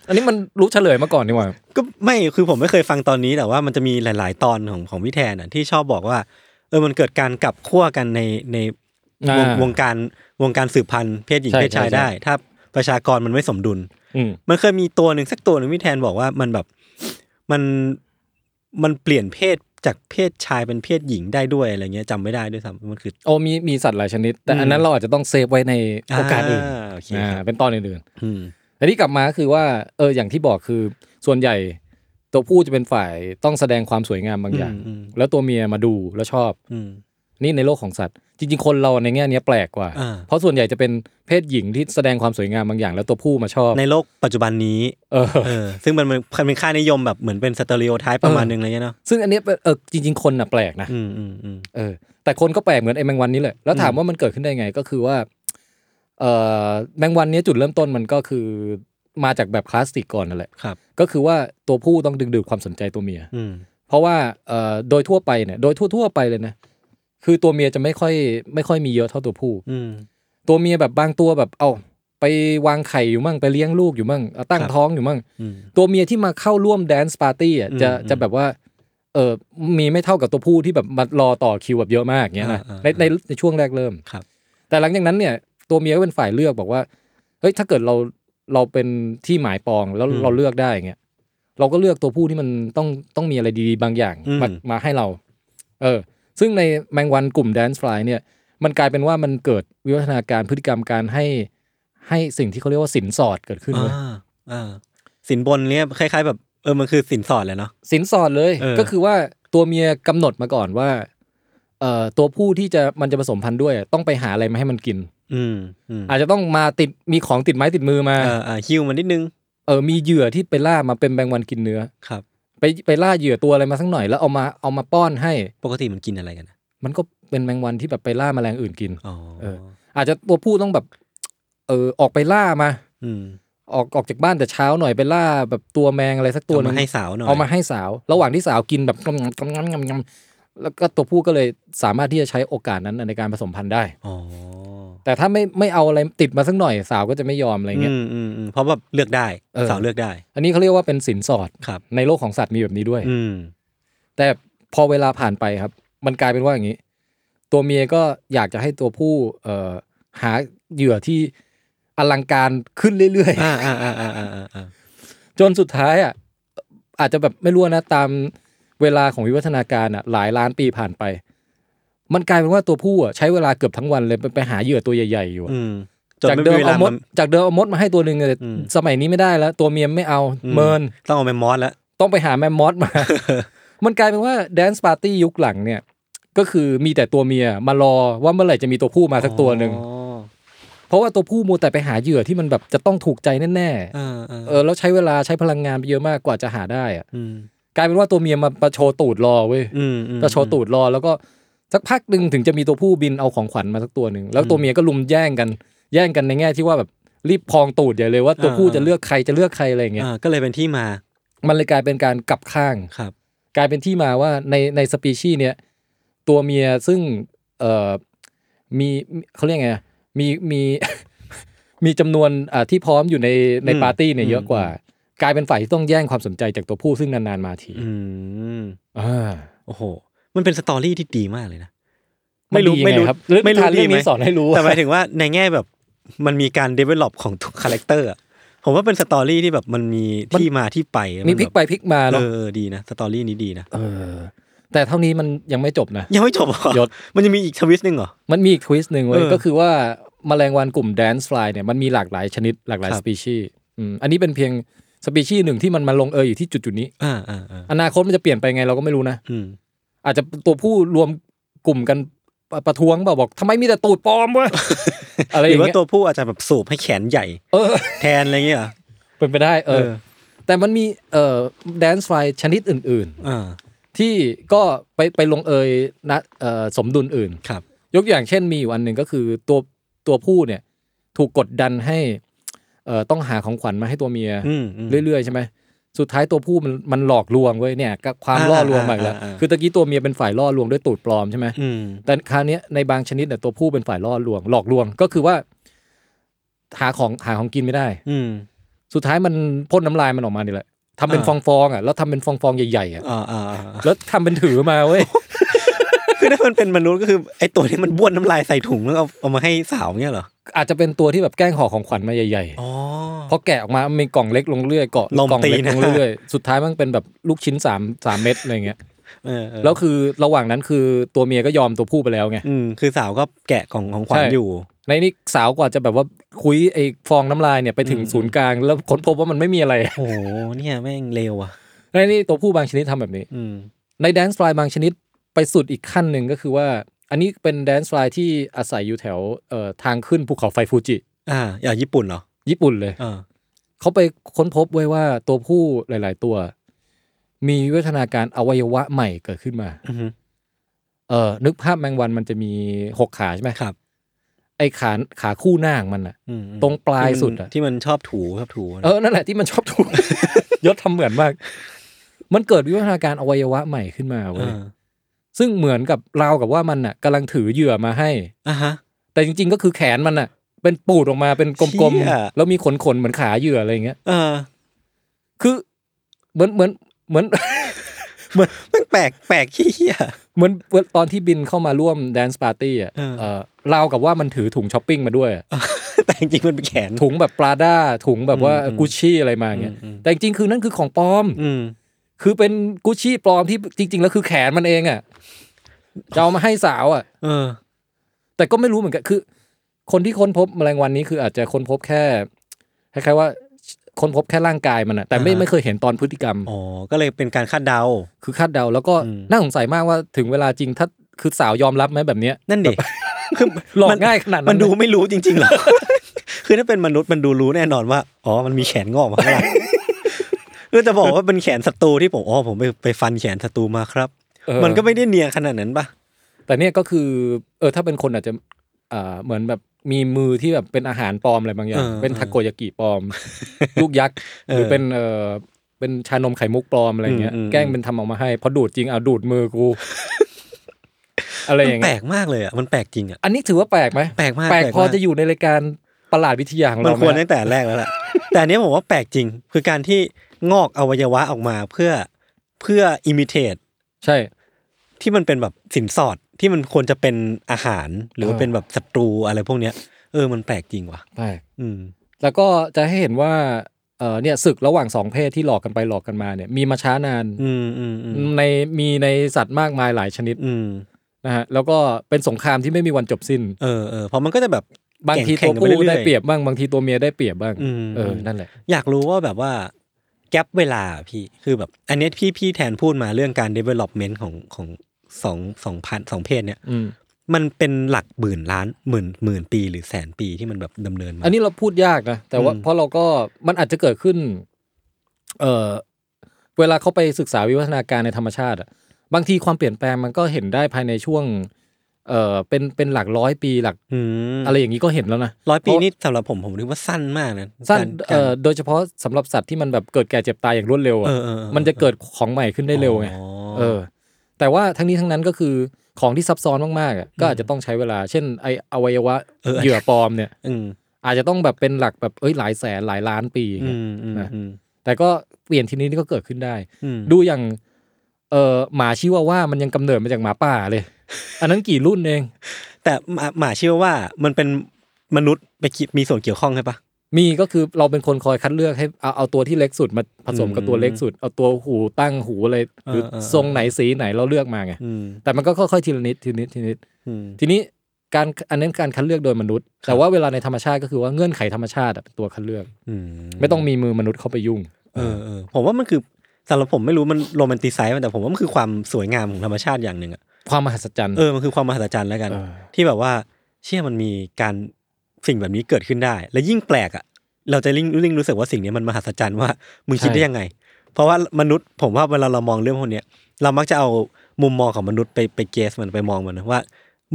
อันนี้มันรู้เฉลยมาก่อนดีกว่า
ก็ไม่คือผมไม่เคยฟังตอนนี้แต่ว่ามันจะมีหลาย ๆ ตอนของของพี่แทนน่ะที่ชอบบอกว่าเออมันเกิดการกลับขั้วกันในใน
อ่าว
งวงการวงการสืบพันธุ์เพศหญิง
ใช่
เพศชาย
ใช่ใช่
ได้ ถ้าประชากรมันไม่สมดุล
อืม
มันเคยมีตัวหนึ่งสักตัวหนึ่งพี่แทนบอกว่ามันแบบมันมันเปลี่ยนเพศจากเพศชายเป็นเพศหญิงได้ด้วยอะไรเงี้ยจำไม่ได้ด้วยซ้ำมันคือ
โอ้มีมีสัตว์หลายชนิด แต่อั
อื
น
ม
นั้นเราอาจจะต้องเซฟไว้ในโอกาสอื่น
โเค
อ่า
ครับ
เป็นตอนอื่นๆ
อืม
อันนี้กลับมาก็คือว่าเอออย่างที่บอกคือส่วนใหญ่ ตัวผู้จะเป็นฝ่ายต้องแสดงความสวยงามบางอย่าง
อืมอืม
แล้วตัวเมียมาดูแล้วชอบ
อืม
นี่ในโลกของสัตว์ จริง ๆ คนเราในแง่เนี้ยแปลกกว่า
อ่า
เพราะส่วนใหญ่จะเป็นเพศหญิงที่แสดงความสวยงามบางอย่าง แล้วตัวผู้มาชอบ
ในโลกปัจจุบันนี้
เออ
เออซึ่งมันเป็นมันเป็นค่านิยมแบบเหมือนเป็นสเตอริโอไทป์ประมาณ
เออ
นึงอะไรเงี้ยเนาะ
ซึ่งอันเนี้ยเป็นเออจริง ๆ คนน่ะแปลกนะ
อืมอืมอืม
เออแต่คนก็แปลกเหมือนไอ้แมงวันนี้เลยแล้วถามว่ามันเกิดขึ้นได้ไงก็คือว่าเออแมงวันเนี้ยจุดเริ่มต้นมันก็คือมาจากแบบคลาสสิกก่อนนั่นแหละ
ครับ
ก็คือว่าตัวผู้ต้องดึงดูดความสนใจตัวเมีย
อืม
เพราะว่าเอ่อโดยทั่วไปเนี่ยโดยทั่วๆไปเลยนะคือตัวเมียจะไม่ค่อยไม่ค่อยมีเยอะเท่าตัวผู้
อืม
ตัวเมียแบบบางตัวแบบเอาไปวางไข่อยู่มั่งไปเลี้ยงลูกอยู่มั่งเอาตั้ง
ครับ
ท้องอยู่มั่ง
อืม
ตัวเมียที่มาเข้าร่วมแดนซ์ปาร์ตี้อ่ะ
อืม
จะ
อืม
จะแบบว่าเออมีไม่เท่ากับตัวผู้ที่แบบมารอต่อคิวแบบเยอะมากเงี้ยนะ
อ่าอ่า
ในในในช่วงแรกเริ่ม
ครับ
แต่หลังจากนั้นเนี่ยตัวเมียก็เป็นฝ่ายเลือกบอกว่าเฮ้ยถ้าเกิดเราเราเป็นที่หมายปองแล้วเราเลือกได้อย่างเงี้ยเราก็เลือกตัวผู้ที่มันต้องต้องมีอะไรดีๆบางอย่าง
อืม
มามาให้เรา เออ ซึ่งในแมงวันกลุ่มแดน c ์ฟลายเนี่ย มันกลายเป็นว่ามันเกิดวิวัฒนาการพฤติกรรมการให้ให้สิ่งที่เขาเรียกว่าสินสอดเกิดขึ้นเลย
อ่าอ่าสินบนเนี่ยคล้ายๆ แบบเออมันคือสินสอดแหละเนาะ
สินสอดเลย
เออ
ก็คือว่าตัวเมียกำหนดมาก่อนว่า เอ่อตัวผู้ที่จะมันจะผสมพันธุ์ด้วย ต้องไปหาอะไรมาให้มันกิน
อืมอืม
อาจจะต้องมาติดมีของติดไม้ติดมือมา
เอ่าอ่าฮิวมันนิดนึง
เออมีเหยื่อที่ไปล่ามาเป็นแมงวันกินเนื้อ
ครับ
ไปไปล่าเหยื่อตัวอะไรมาสักหน่อยแล้วเอามาเอามาป้อนให้
ปกติมันกินอะไรกันนะ
มันก็เป็นแมงวันที่แบบไปล่าแมลงอื่นกิน
อ๋อ
เอาจจะตัวผู้ต้องแบบ เออออกไปล่ามา
อืม
ออกออกจากบ้านแต่เช้าหน่อยไปล่าแบบตัวแมงอะไรสักตัว
เอา
หนึ
มาง ให้สาวหน่อย
เอามาให้สาว ระหว่างที่สาวกินแบบงำงำงำงำงำแล้วก็ตัวผู้ก็เลยสามารถที่จะใช้โอกาสนั้นในการผสมพันธุ์ได้
อ๋อ
แต่ถ้าไม่ไม่เอาอะไรติดมาสักหน่อยสาวก็จะไม่ยอมอะไรเงี้ย
อืมอืมอืมเพราะแบบเลือกได้
เออ
สาวเลือกได้
อันนี้เขาเรียกว่าเป็นสินสอด
ครับ
ในโลกของสัตว์มีแบบนี้ด้วย
อืม
แต่พอเวลาผ่านไปครับ มันกลายเป็นว่าอย่างนี้ ตัวเมียก็อยากจะให้ตัวผู้เอ่อหาเหยื่อที่อลังการขึ้นเรื่อยๆ
อ่าอ่าอ่าอ่าอ่าอ่า
จนสุดท้ายอ่ะ อาจจะแบบไม่รู้นะตามเวลาของวิวัฒนาการอ่ะ หลายล้านปีผ่านไป มันกลายเป็นว่าตัวผู้อ่ะใช้เวลาเกือบทั้งวันเลยไปไปหาเหยื่อตัวใหญ่ๆอยู่อะ
อืมจน
จาก
ไม่
เดิ
มี
ม
เว
เอา
ลาม
ด
มา
จากเดิมเอามดมาให้ตัวหนึ่งแต่
อืม
สมัยนี้ไม่ได้แล้ว ตัวเมียไม่เอาเมิน
ต้องเอาแมมมอสแล้ว
ต้องไปหาแมมมอส
[laughs]
มา มันกลายเป็นว่าแดนซ์ปาร์ตี้ยุคหลังเนี่ย ก็คือมีแต่ตัวเมียมารอว่าเมื่อไหร่จะมีตัวผู้มาสักตัวหนึ่ง
อ๋อ
เพราะว่าตัวผู้มัวแต่ไปหาเหยื่อที่มันแบบจะต้องถูกใจแน่
เออเออ
ๆ เออแล้วใช้เวลาใช้พลังงานไปเยอะมากกว่าจะหาได้อะ
อืม
กลายเป็นว่าตัวเมียมาประโชว์ตูดรอเว้ย
อืมอืม
ประโชว์ตูดรอแล้วก็สักพักหนึ่งถึงจะมีตัวผู้บินเอาของขวัญมาสักตัวหนึ่งแล้วตัวเมียก็ลุมแย่งกัน แย่งกันในแง่ที่ว่าแบบรีบพองตูดใหญ่เลยว่าตัวผู้จะเลือกใครจะเลือกใครอะไรอย่างเงี้ย
อ่าก็เลยเป็นที่มา
มันเลยกลายเป็นการกลับข้าง
ครับ
กลายเป็นที่มาว่าในในสปีชีส์เนี่ยตัวเมียซึ่งเอ่อมีเขาเรียกไงอะมีมี [laughs] มีจำนวนอ่าที่พร้อมอยู่ในใน
อืม
ปาร์ตี้เนี่ย
อืม
เยอะกว่า กลายเป็นฝ่ายที่ต้องแย่งความสนใจจากตัวผู้ซึ่งนาน ๆ มาที
อืม
อ่า
โอ้โห มันเป็นสตอรี่ที่ดีมากเลยนะ
ไม่รู้ไม่รู้ครับเรื่อง
ไม่
นิ
รู้
ทานเรื่อง
ดีไหม
นี้สอนให้รู้
แต่
ว่าม
หายถึงว่าในแง่แบบมันมีการ develop ของทุกคาแรคเตอร์ผมว่าเป็นสตอรี่ที่แบบมันมีที่มาที่ไป
มีพลิก
ไป
ไปพลิกมา
เอ
เนาะ
อดีนะสตอรี่นี้ดีนะ
เออ แต่เท่านี้มันยังไม่จบนะ
ยังไม่จบเหรอย
ศ
มันจะมีอีกทวิสต์หนึ่งเหรอ
มันมีอีกทวิสต์หนึ่งเว้ย
เออ
ก็คือว่าแมลงวันกลุ่มแดนซ์ฟลายเนี่ยมันมีหลากหลายชนิดหลากหลาย
ครั
ส
บ
ปีชีส์อืมอันนี้เป็นเพียงสปีชีส์หนึ่งที่มันมาลงเอยอยู่ที่จุดจุดๆนี้
อ่าอ่าอ่า
อนาคตมันจะเปลี่ยนไปไงเราก็ไม่รู้นะ
อืม
อาจจะตัวผู้รวมกลุ่มกันปะประท้วงเปล่าบอกทำไมมีแต่ตูดปลอม [laughs] วะ อะไรอ
หรื
ย่าง
อว่า
เงี้ย
ตัวผู้อาจจะแบบสูบให้แขนใหญ่
เออ
แทนอะไรเงี้ยเหรอ
เป็นไปได้เออ แต่มันมีเอ่อแดนซ์ไฟชนิดอื่น
เอ่า
ๆ ที่ก็ไปไปลงเอยนะเอ่อสมดุลอื่น
ครับ
ยกอย่างเช่นมีอยู่อันหนึ่งก็คือตัวตัวผู้เนี่ยถูกกดดันให้เอ่อต้องหาของขวัญมาให้ตัวเมีย
อืมม
เรื่อยๆใช่ไหมสุดท้ายตัวผู้มันมันหลอกลวงเว้ยเนี่ยก็ความล่อลวงมาอีกแล้ว
อ่าอ่าอ่า
คือตะกี้ตัวเมียเป็นฝ่ายล่อลวงด้วยตูดปลอมใช่ไหม
อืม
แต่คราวเนี้ยในบางชนิดเนี่ยตัวผู้เป็นฝ่ายล่อลวง หลอกลวงก็คือว่า หาของหาของกินไม่ได้
อืม
สุดท้ายมันพ่นน้ำลายมันออกมานี่แหละทำเป็นฟ
อ่า
องๆอ่ะแล้วทำเป็นฟองๆใหญ่ๆอ่ะ
อ่าอ่าอ่า [laughs]
แล้วทำเป็นถือมาเว้ย
คือถ้ามันเป็นมนุษย์ก็คือไอตัวที่มันบ้วนน้ำลายใส่ถุงแล้วเอาเอามาให้สาวเงี้ยเหรอ
อาจจะเป็นตัวที่แบบแกล้งห่อของขวัญมาใหญ่
อ๋อ
ๆพอแกะออกมามันมีกล่องเล็กลงเรื่อยๆเกาะ
ลม
กล่องเล็ก
ตีนะ
ลงเรื่อยๆสุดท้ายมันเป็นแบบลูกชิ้นสามสามเม็ดอะไรเงี้ย
เออเออ
แล้วคือระหว่างนั้นคือตัวเมียก็ยอมตัวผู้ไปแล้วไง
อืมคือสาวก็แกะของของขวัญ
ใช่
อยู่
ในนี้สาวกว่าจะแบบว่าคุยไอ้ฟองน้ำลายเนี่ยไปถึงศูนย์กลาง แล้วค้นพบว่ามันไม่มีอะไร [laughs]
โอ้โหเนี่ยแม่งเลวอ่ะ
ในนี้ตัวผู้บางชนิดทำแบบนี้
อืม
ในแดนซ์ฟลายบางชนิดไปสุดอีกขั้นหนึ่งก็คือว่า อันนี้เป็นแดนซ์ฟลายที่อาศัยอยู่แถวเอ่อทางขึ้นภูเขาไฟฟูจิ
อ่า อย่างญี่ปุ่นเหรอ
ญี่ปุ่นเลย
อ่า
เขาไปค้นพบไว้ว่าตัวผู้หลาย ๆ ตัว มีวิวัฒนาการอวัยวะใหม่เกิดขึ้นมา
อือฮึ
เออนึกภาพแมงวันมันจะมีหกขาใช่ไหม
ครับ
ไอ้ขาขาคู่หน้าของมันอะ
อืมอืม
ตรงปลายสุดอะ
ที่มันชอบถูชอบถูนะ
เออ นั่นแหละที่มันชอบถูก [laughs] ยศทำเหมือนมาก มันเกิดวิวัฒนาการอวัยวะใหม่ขึ้นมาเว้ย
า
ซึ่งเหมือนกับราวกับว่ามันอ่ะกำลังถือเหยื่อมาให้
อ่ะฮะ
แต่จริง ๆ ก็คือแขนมันอ่ะ เป็นปูดออกมาเป็นกลม
เชี่ย
ๆ แล้วมีขนๆ เหมือนขาเหยื่ออะไรอย่างเงี้ย
เออ
คือเหมือนเหมือนเหมือน
แม่งแปลกแปลกขี้เหี้ย
เหมือนเหมือนตอนที่บินเข้ามาร่วมแดนซ์ปาร์ตี้อ่ะ
เออ
เออราวกับว่ามันถือถุงช้อปปิ้งมาด้วยอะ
แต่จริงๆมันเป็นแขน
ถุงแบบปลาด้าถุงแบบว่า
อืมอืม
กุชชี่อะไรมาอย่างเงี้ย
อืมอืม
แต่จริงๆคือนั่นคือของปลอม
อืม
คือเป็นกุชชี่ปลอมที่จริง ๆ แล้วคือแขนมันเองอ่ะจะเอามาให้สาวอ่ะ
เออ
แต่ก็ไม่รู้เหมือนกันคือ คนที่ค้นพบแมลงวันนี้คืออาจจะค้นพบแค่คล้ายๆว่าค้นพบแค่ร่างกายมันอ่ะแต่ไม่
อ่าฮะ
ไม่เคยเห็นตอนพฤติกรรม
อ๋อ ก็เลยเป็นการคาดเดา
คือคาดเดาแล้วก็
อืม
น่าสงสัยมากว่าถึงเวลาจริงถ้าคือสาวยอมรับไหมแบบเนี้ย
นั่นดิ [laughs] คือ
หลอก
มัน
ง่ายขนาดนั้น
มันดู
เลย
ไม่รู้จริงๆหรอก [laughs] คือถ้าเป็นมนุษย์มันดูรู้แน่นอนว่า อ๋อ มันมีแขนงอกมาข้าง
[laughs]
หลังคือจะบอกว่าเป็นแขนศัตรูที่ผม อ๋อ ผมไปไปฟันแขนศัตรูมาครับ
เออ
มันก็ไม่ได้เนียนขนาดนั้นปะ
แต่เนี่ยก็คือเออถ้าเป็นคนอาจจะอ่าเหมือนแบบมีมือที่แบบเป็นอาหารปลอมอะไรบางอย่าง เป็นทาโกยากิปลอ
[laughs]
ม ลูกยักษ์หรือเป็นเออเป็นชานมไข่มุกปลอมอะไรเงี้ยแกล้งเป็นทำออกมาให้พอดูดจริงเอาดูดมือกู
[laughs]
อะไรอย่าง
แป
เงี้
ล
ย
กมากเลยอ่ะ มันแปลกจริงอ่ะ
อันนี้ถือว่าแปลกไหม
แปลกมาก
แปลกพอ
มาก
จะอยู่ในรายการประหลาดวิทยาของ
มัน
เราไหม
ควร
ฮะ
ตั้งแต่แรกแล้วล่ะ [laughs] แต่อันเนี้ยผมว่าแปลกจริง คือการที่งอกอวัยวะออกมาเพื่อเพื่ออิมิเทต
ใช่
ที่มันเป็นแบบสินสอดที่มันควรจะเป็นอาหารหรือว่า
เออ
เป็นแบบศัตรูอะไรพวกเนี้ย เออมันแปลกจริงว่ะ
แปลก
อืม
แล้วก็จะให้เห็นว่า เออเนี่ยศึกระหว่างสองเพศที่หลอกกันไปหลอกกันมาเนี่ยมีมาช้านาน
อืมอืมอืม
ในมีในสัตว์มากมายหลายชนิด
อืม
นะฮะแล้วก็เป็นสงครามที่ไม่มีวันจบสิ้น
เออเออเพราะมันก็จะแบบ
บางที
แข่
ตัว
งๆกันไป
ผู้
เรื่อยๆ
ได้เปรียบบ้างบางทีตัวเมียได้เปรียบบ้าง
อืม
เออนั่นแหละ
อยากรู้ว่าแบบว่าแกปเวลาอะพี่คือแบบ อันเนี้ยพี่พี่แทนพูดมาเรื่องการ development ของของสองสองพันสองเพศเนี่ย
อืม
มันเป็นหลักหมื่นล้านหมื่นหมื่นปีหรือแสนปีที่มันแบบดำเนินมา
อันนี้เราพูดยากนะแต่ว่า
อืม
เพราะเราก็มันอาจจะเกิดขึ้น เออเวลาเขาไปศึกษาวิวัฒนาการในธรรมชาติอะบางทีความเปลี่ยนแปลงมันก็เห็นได้ภายในช่วง เออเป็นเป็นหลักร้อยปีหลัก
อืม
อะไรอย่างนี้ก็เห็นแล้วนะ
ร้อยปี
เพราะ
นี่สำหรับผมผมนึกว่าสั้นมากนะ
สั้น
การ
เอ่อโดยเฉพาะสำหรับสัตว์ที่มันแบบเกิดแก่เจ็บตายอย่างรวดเร็วอะ
เออเออออ
มันจะเกิดของใหม่ขึ้นได้เร็วไง
อ๋อ
เออ แต่ว่าทั้งนี้ทั้งนั้นก็คือของที่ซับซ้อนมากๆอะก็อาจจะต้องใช้เวลา เช่นไออวัยวะ
[laughs]
เหยื่อปลอมเนี่ย
อืม
อาจจะต้องแบบเป็นหลักแบบเอ้ยหลายแสนหลายล้านปีอย่าง
อื
เงี้ย
มอืมอืม
แต่ก็เปลี่ยนทีนี้นี่ก็เกิดขึ้นได้
อืม
ดูอย่างเออหมาชิวาว่ามันยังกำเนิดมาจากหมาป่า
[laughs]
เลย อันนั้นกี่รุ่นเอง
แต่หมาหมาเชื่อว่ามันเป็นมนุษย์ไปคิดมีส่วนเกี่ยวข้องใช่ปะ
มีก็คือเราเป็นคนคอยคัดเลือกให้เอาเอาตัวที่เล็กสุดมาผสมกับตัวเล็กสุด เอาตัวหูตั้งหูอะไรหรือ
เออเออ
ทรงไหนสีไหนเราเลือกมาไง
อืม
แต่มันก็ค่อยๆทีละนิดทีละนิดทีละนิด
อืม
ทีนี้การอันนั้นการคัดเลือกโดยมนุษย์
ครับ
แต่ว่าเวลาในธรรมชาติก็คือว่าเงื่อนไขธรรมชาติอะเป็นตัวคัดเลือก
อืม
ไม่ต้องมีมือมนุษย์เข้าไปยุ่ง
เออเออผมว่ามันคือสำหรับผมไม่รู้มันโรแมนติไซส์มันแต่ผมว่ามันคือความสวยงามของธรรมชาติอย่างหนึ่งอะ
ความมหัศจรรย์
เออมันคือความมหัศจรรย์แล้วกัน
เออ
ที่แบบว่าเชื่อมันมีการสิ่งแบบนี้เกิดขึ้นได้ และยิ่งแปลกอะเราจะลิ่งลิ่งรู้สึกว่าสิ่งนี้มันมหัศจรรย์ว่ามึงคิดได้ยังไง เพราะว่ามนุษย์ผมว่าเวลาเรามองเรื่องพวกเนี้ยเรามักจะเอามุมมองของมนุษย์ไปไปเกสมันไปมองมันนะว่า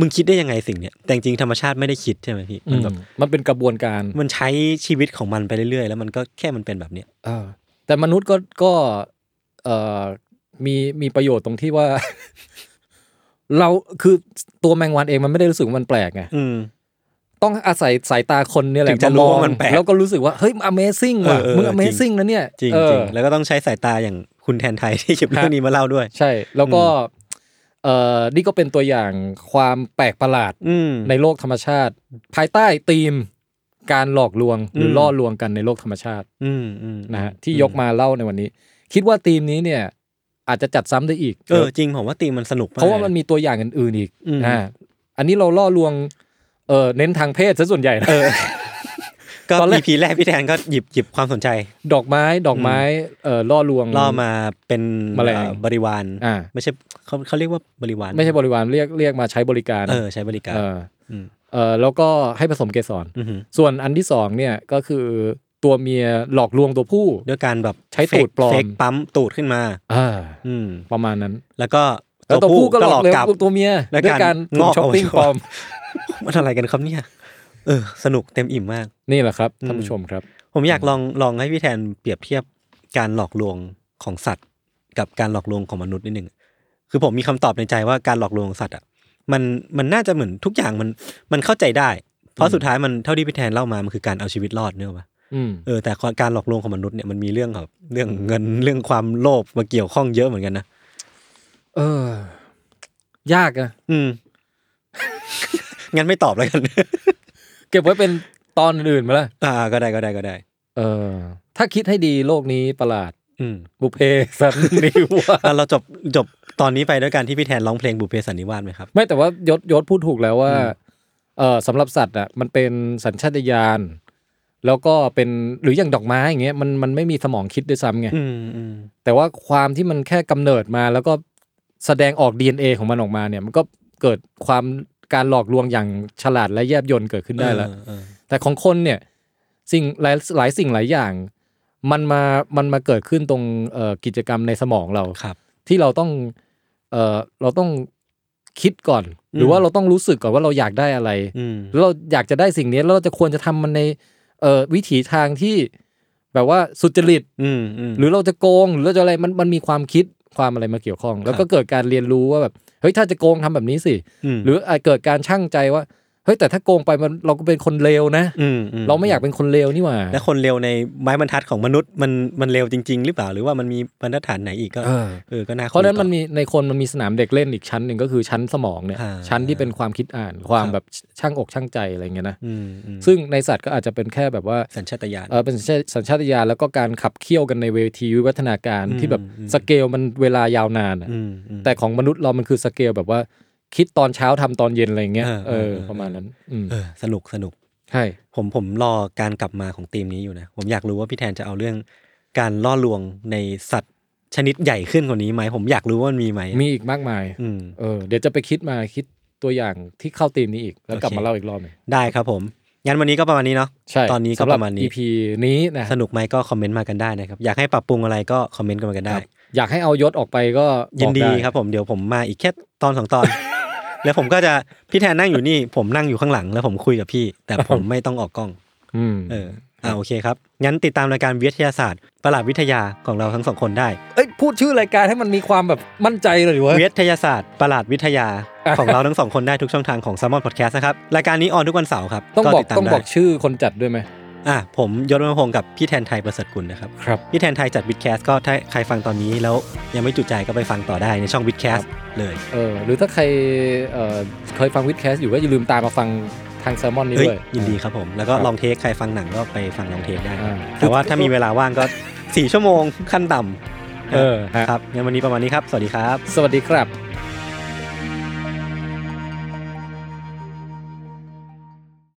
มึงคิดได้ยังไงสิ่งเนี้ยแต่จริงๆธรรมชาติไม่ได้คิดใช่ไหมพี่มันแบบ
อืมมันเป็นกระบวนการ
มันใช้ชีวิตของมันไปเรื่อยๆ แล้วมันก็แค่มันเป็นแบบเนี้ย
เออแต่มนุษย์ก็ก็เออมีมีประโยชน์ตรงที่ว่า [laughs] เราคือตัวแมงวันเองมันไม่ได้รู้สึกว่ามันแปลกไง
อืม
ต้องอาศัยสายตาคนเนี่ยแหละ
ถึงจะรู้
มอง
ว่ามันแปลก
แล้วก็รู้สึกว่าเฮ้ย amazing ว่ะ
เออเออ
มึง
จริง
amazing นะเนี่ย
จริง
เออ
จริงแล้วก็ต้องใช้สายตาอย่างคุณแทนไทยที่ห [laughs] ยิบ
ฮะ
เรื่องนี้มาเล่าด้วย
ใช่ แล้วก็เอ่อนี่ก็เป็นตัวอย่างความแปลกประหลาด
อืม
ในโลกธรรมชาติ ภายใต้ธีมการหลอกลวงหรืออ
ม
ล่อลวงกันในโลกธรรมชาติ
อืมอืม
นะฮะที่ยกมาเล่าในวันนี้ คิดว่าธีมนี้เนี่ย อาจจะจัดซ้ำได้อีก
เออจริงผมว่าตีมมันสนุกก
เพราะว่ามันมีตัวอย่างอื่นๆอีก
อืม
อ่าอันนี้เราล่อลวงเออเน้นทางเพศซะส่วนใหญ่นะ
เออ ก็
ตอนแรก
อีพีแรกพี่แทนก็หยิบหยิบความสนใจ
ดอกไม้ดอกไม้เออล่อลวง
ล่อมาเป็น
แมลง
เอ่อบริวาร
อ่า
ไม่ใช่เขาเขาเรียกว่าบริวาร
ไม่ใช่บริวารเรียกเรียกมาใช้บริการ
เออใช้บริการ
เออ
ม
เออแล้วก็ให้ผสมเกสร
อือหือ
ส่วนอันที่สองเนี่ยก็คือตัวเมียหลอกลวงตัวผู้
ด้วยการแบบ
ใช้ตูดปลอม
เฟกปั๊มตูดขึ้นมา
อ่า
อืม
ประมาณนั้น
แล้วก็
แล้วตัวผู้ก็หลอกเลย
กลับ
ตัวเมีย
และ
ด้วย
กา
การ รง
อก
ช้อปปิ้ง
เอาไว้
ปลอม
มันอะไรกันครับเนี่ย เออ สนุกเต็มอิ่มมาก
นี่แหละครับ
อืม
ท่านผู้ชมครับ
ผมอยากลองลองให้พี่แทนเปรียบเทียบการหลอกลวงของสัตว์ กับการหลอกลวงของมนุษย์นิดหนึ่งคือผมมีคำตอบในใจว่าการหลอกลวงของสัตว์อ่ะมันมันน่าจะเหมือนทุกอย่างมันมันเข้าใจได้ เพราะสุดท้ายมันเท่าที่พี่แทนเล่ามามันคือการเอาชีวิตรอดเนกอะปะ
อืม
เออแต่การหลอกลวงของมนุษย์เนี่ยมันมีเรื่องแบบเรื่องเงินเรื่องความโลภมาเกี่ยวข้องเยอะเหมือนกันนะ
เออ ยากอะ
อืม [laughs] งั้นไม่ตอบแล้วกัน [laughs]
เก็บไว้เป็นตอนอื่นๆมาละ
อ่า ก็ได้ก็ได้ก็ได้
เออ ถ้าคิดให้ดีโลกนี้ประหลาด
อืม
บุพเพสันนิวาส [laughs]
อ่ะเราจบจบตอนนี้ไปด้วยการที่พี่แทนร้องเพลงบุพเพสันนิวาสไหมครับ
ไม่แต่ว่ายศยศพูดถูกแล้วว่าเออสำหรับสัตว์อ่ะมันเป็นสัญชาตญาณแล้วก็เป็นหรืออย่างดอกไม้อย่างเงี้ยมันมันไม่มีสมองคิดด้วยซ้ำไง
อืมอืม
แต่ว่าความที่มันแค่กำเนิดมา แล้วก็แสดงออก DNA ของมันออกมาเนี่ย มันก็เกิดความการหลอกลวงอย่างฉลาดและแยบยลเกิดขึ้นได้แล้ว
เออ
แต่ของคนเนี่ยสิ่งหลายหลายสิ่งหลายอย่าง มันมามันมาเกิดขึ้นตรงเอ่อกิจกรรมในสมองเรา
เออครับ
ที่เราต้อง เออเราต้องคิดก่อน
อืม
หรือว่าเราต้องรู้สึกก่อนว่าเราอยากได้อะไร
อืม
แล้วเราอยากจะได้สิ่งนี้แล้วเราจะควรจะทำมันใน เออวิถีทางที่แบบว่าสุจริต
อืมอืม
หรือเราจะโกง หรือเราจะอะไรมันมันมีความคิดความอะไรมาเกี่ยวข้อง แล้วก็เกิดการเรียนรู้ว่าแบบเฮ้ยถ้าจะโกงทำแบบนี้สิ
อืม
หรืออาจเกิดการชั่งใจว่า เฮ้ยแต่ถ้าโกงไปมันเราก็เป็นคนเลวนะ
อืมอื
เราไม่อยากเป็นคนเลวนี่หว่า
และคนเร็วในไม้บรรทัดของมนุษย์มันมันเร็วจริง ๆ หรือเปล่าหรือว่ามันมีบรรทัดฐานไหนอีกก็
เออ
เออก็น่าคุย
เพราะฉะนั้น
ต่อ
มันมีในคนมันมีสนามเด็กเล่นอีกชั้นหนึ่งก็คือชั้นสมองเนี่ย
อ่า
ชั้นที่เป็นความคิดอ่าน ความ
ครับ
แบบช่างอกช่างใจอะไรเงี้ยนะ
อืมอืม
ซึ่งในสัตว์ก็อาจจะเป็นแค่แบบว่า
สัญชาตญาณ
เออเป็นสัญชาตญาณแล้วก็การขับเคี่ยวกันในเวทีวิวัฒนาการ
อืม
ที่แบบ
อืม
สเกลมันเวลายาวนานอะ
อืมอืม
แต่ของมนุษย์เรามันคือสเกลแบบว่าคิดตอนเช้าทำตอนเย็นอะไรเงี้ย
อ่า
เออ
เออเออ
ประมาณนั้นอืม
เออสนุกสนุก
ใช่
ผมผมรอการกลับมาของธีมนี้อยู่นะ ผมอยากรู้ว่าพี่แทนจะเอาเรื่องการล่อลวงในสัตว์ชนิดใหญ่ขึ้นกว่านี้ไหมผมอยากรู้ว่ามันมีไหม
มีอีกมากมาย
อืม
เออเดี๋ยวจะไปคิดมาคิดตัวอย่างที่เข้าธีมนี้อีกแล้วกลับ
โอเค
มาเล่าอีกรอบหนึ่ง
ได้ครับผมงั้นวันนี้ก็ประมาณนี้เนาะ
ใช่
ตอนนี้ก็
สำห
ประมาณนี้
EP นี้นะ
สนุกไหมก็คอมเมนต์มากันได้นะครับ อยากให้ปรับปรุงอะไรก็คอมเมนต์กันมากันได้
ครับ อยากให้เอายศออกไปก็บอก
ยินดี
ไ
ครับผมเดี๋ยวผมมาอีกแค่ตอนสองตอน แล้วผมก็จะพี่แทนนั่งอยู่นี่ ผมนั่งอยู่ข้างหลังแล้วผมคุยกับพี่ แต่ผมไม่ต้องออกกล้อง
อื [laughs] ม
เอออ่าโอเคครับงั้นติดตามรายการวิทยาศาสตร์ ประหลาดวิทยาของเราทั้งสองคนได้
เอ้ยพูดชื่อรายการให้มันมีความแบบมั่นใจเลยดิเวะ
วิทยาศาสตร์ประหลาดวิท
[laughs]
ยา ของเราทั้งสองคนได้ทุกช่องทางของ s ซ l m o n Podcast นะครับ รายการนี้ออนทุกวันเสาร์ครับ
ต้องบอก
ติดาม
ต้องบอก
ได้
ชื่อคนจัดด้วยไหม
อ่ะผมยศวันพงศ์กับพี่แทนไทยประเสริฐกุลนะครับ
ครับ
พี่แทนไทยจัดวิดแคสก็ถ้าใครฟังตอนนี้แล้วยังไม่จุใจก็ไปฟังต่อได้ในช่องวิดแคส
ครับ
เลย
เออหรือถ้าใครเอ่อเคยฟังวิดแคสอยู่ก็อย่าลืมตามมาฟังทางแซลมอนนี้
เอ้ย
ด้วย
ยินดีครับผม แล้วก็
ครับ
ลองเทคใครฟังหนังก็ไปฟังลองเทคได้
อ่า
แต่ว่าถ้ามีเวลาว่างก็ 4 ชั่วโมงขั้นต่ำ
เออฮะ
ครับงั้นวันนี้ประมาณนี้ครับ สวัสดีครับ
สวัสดีครับ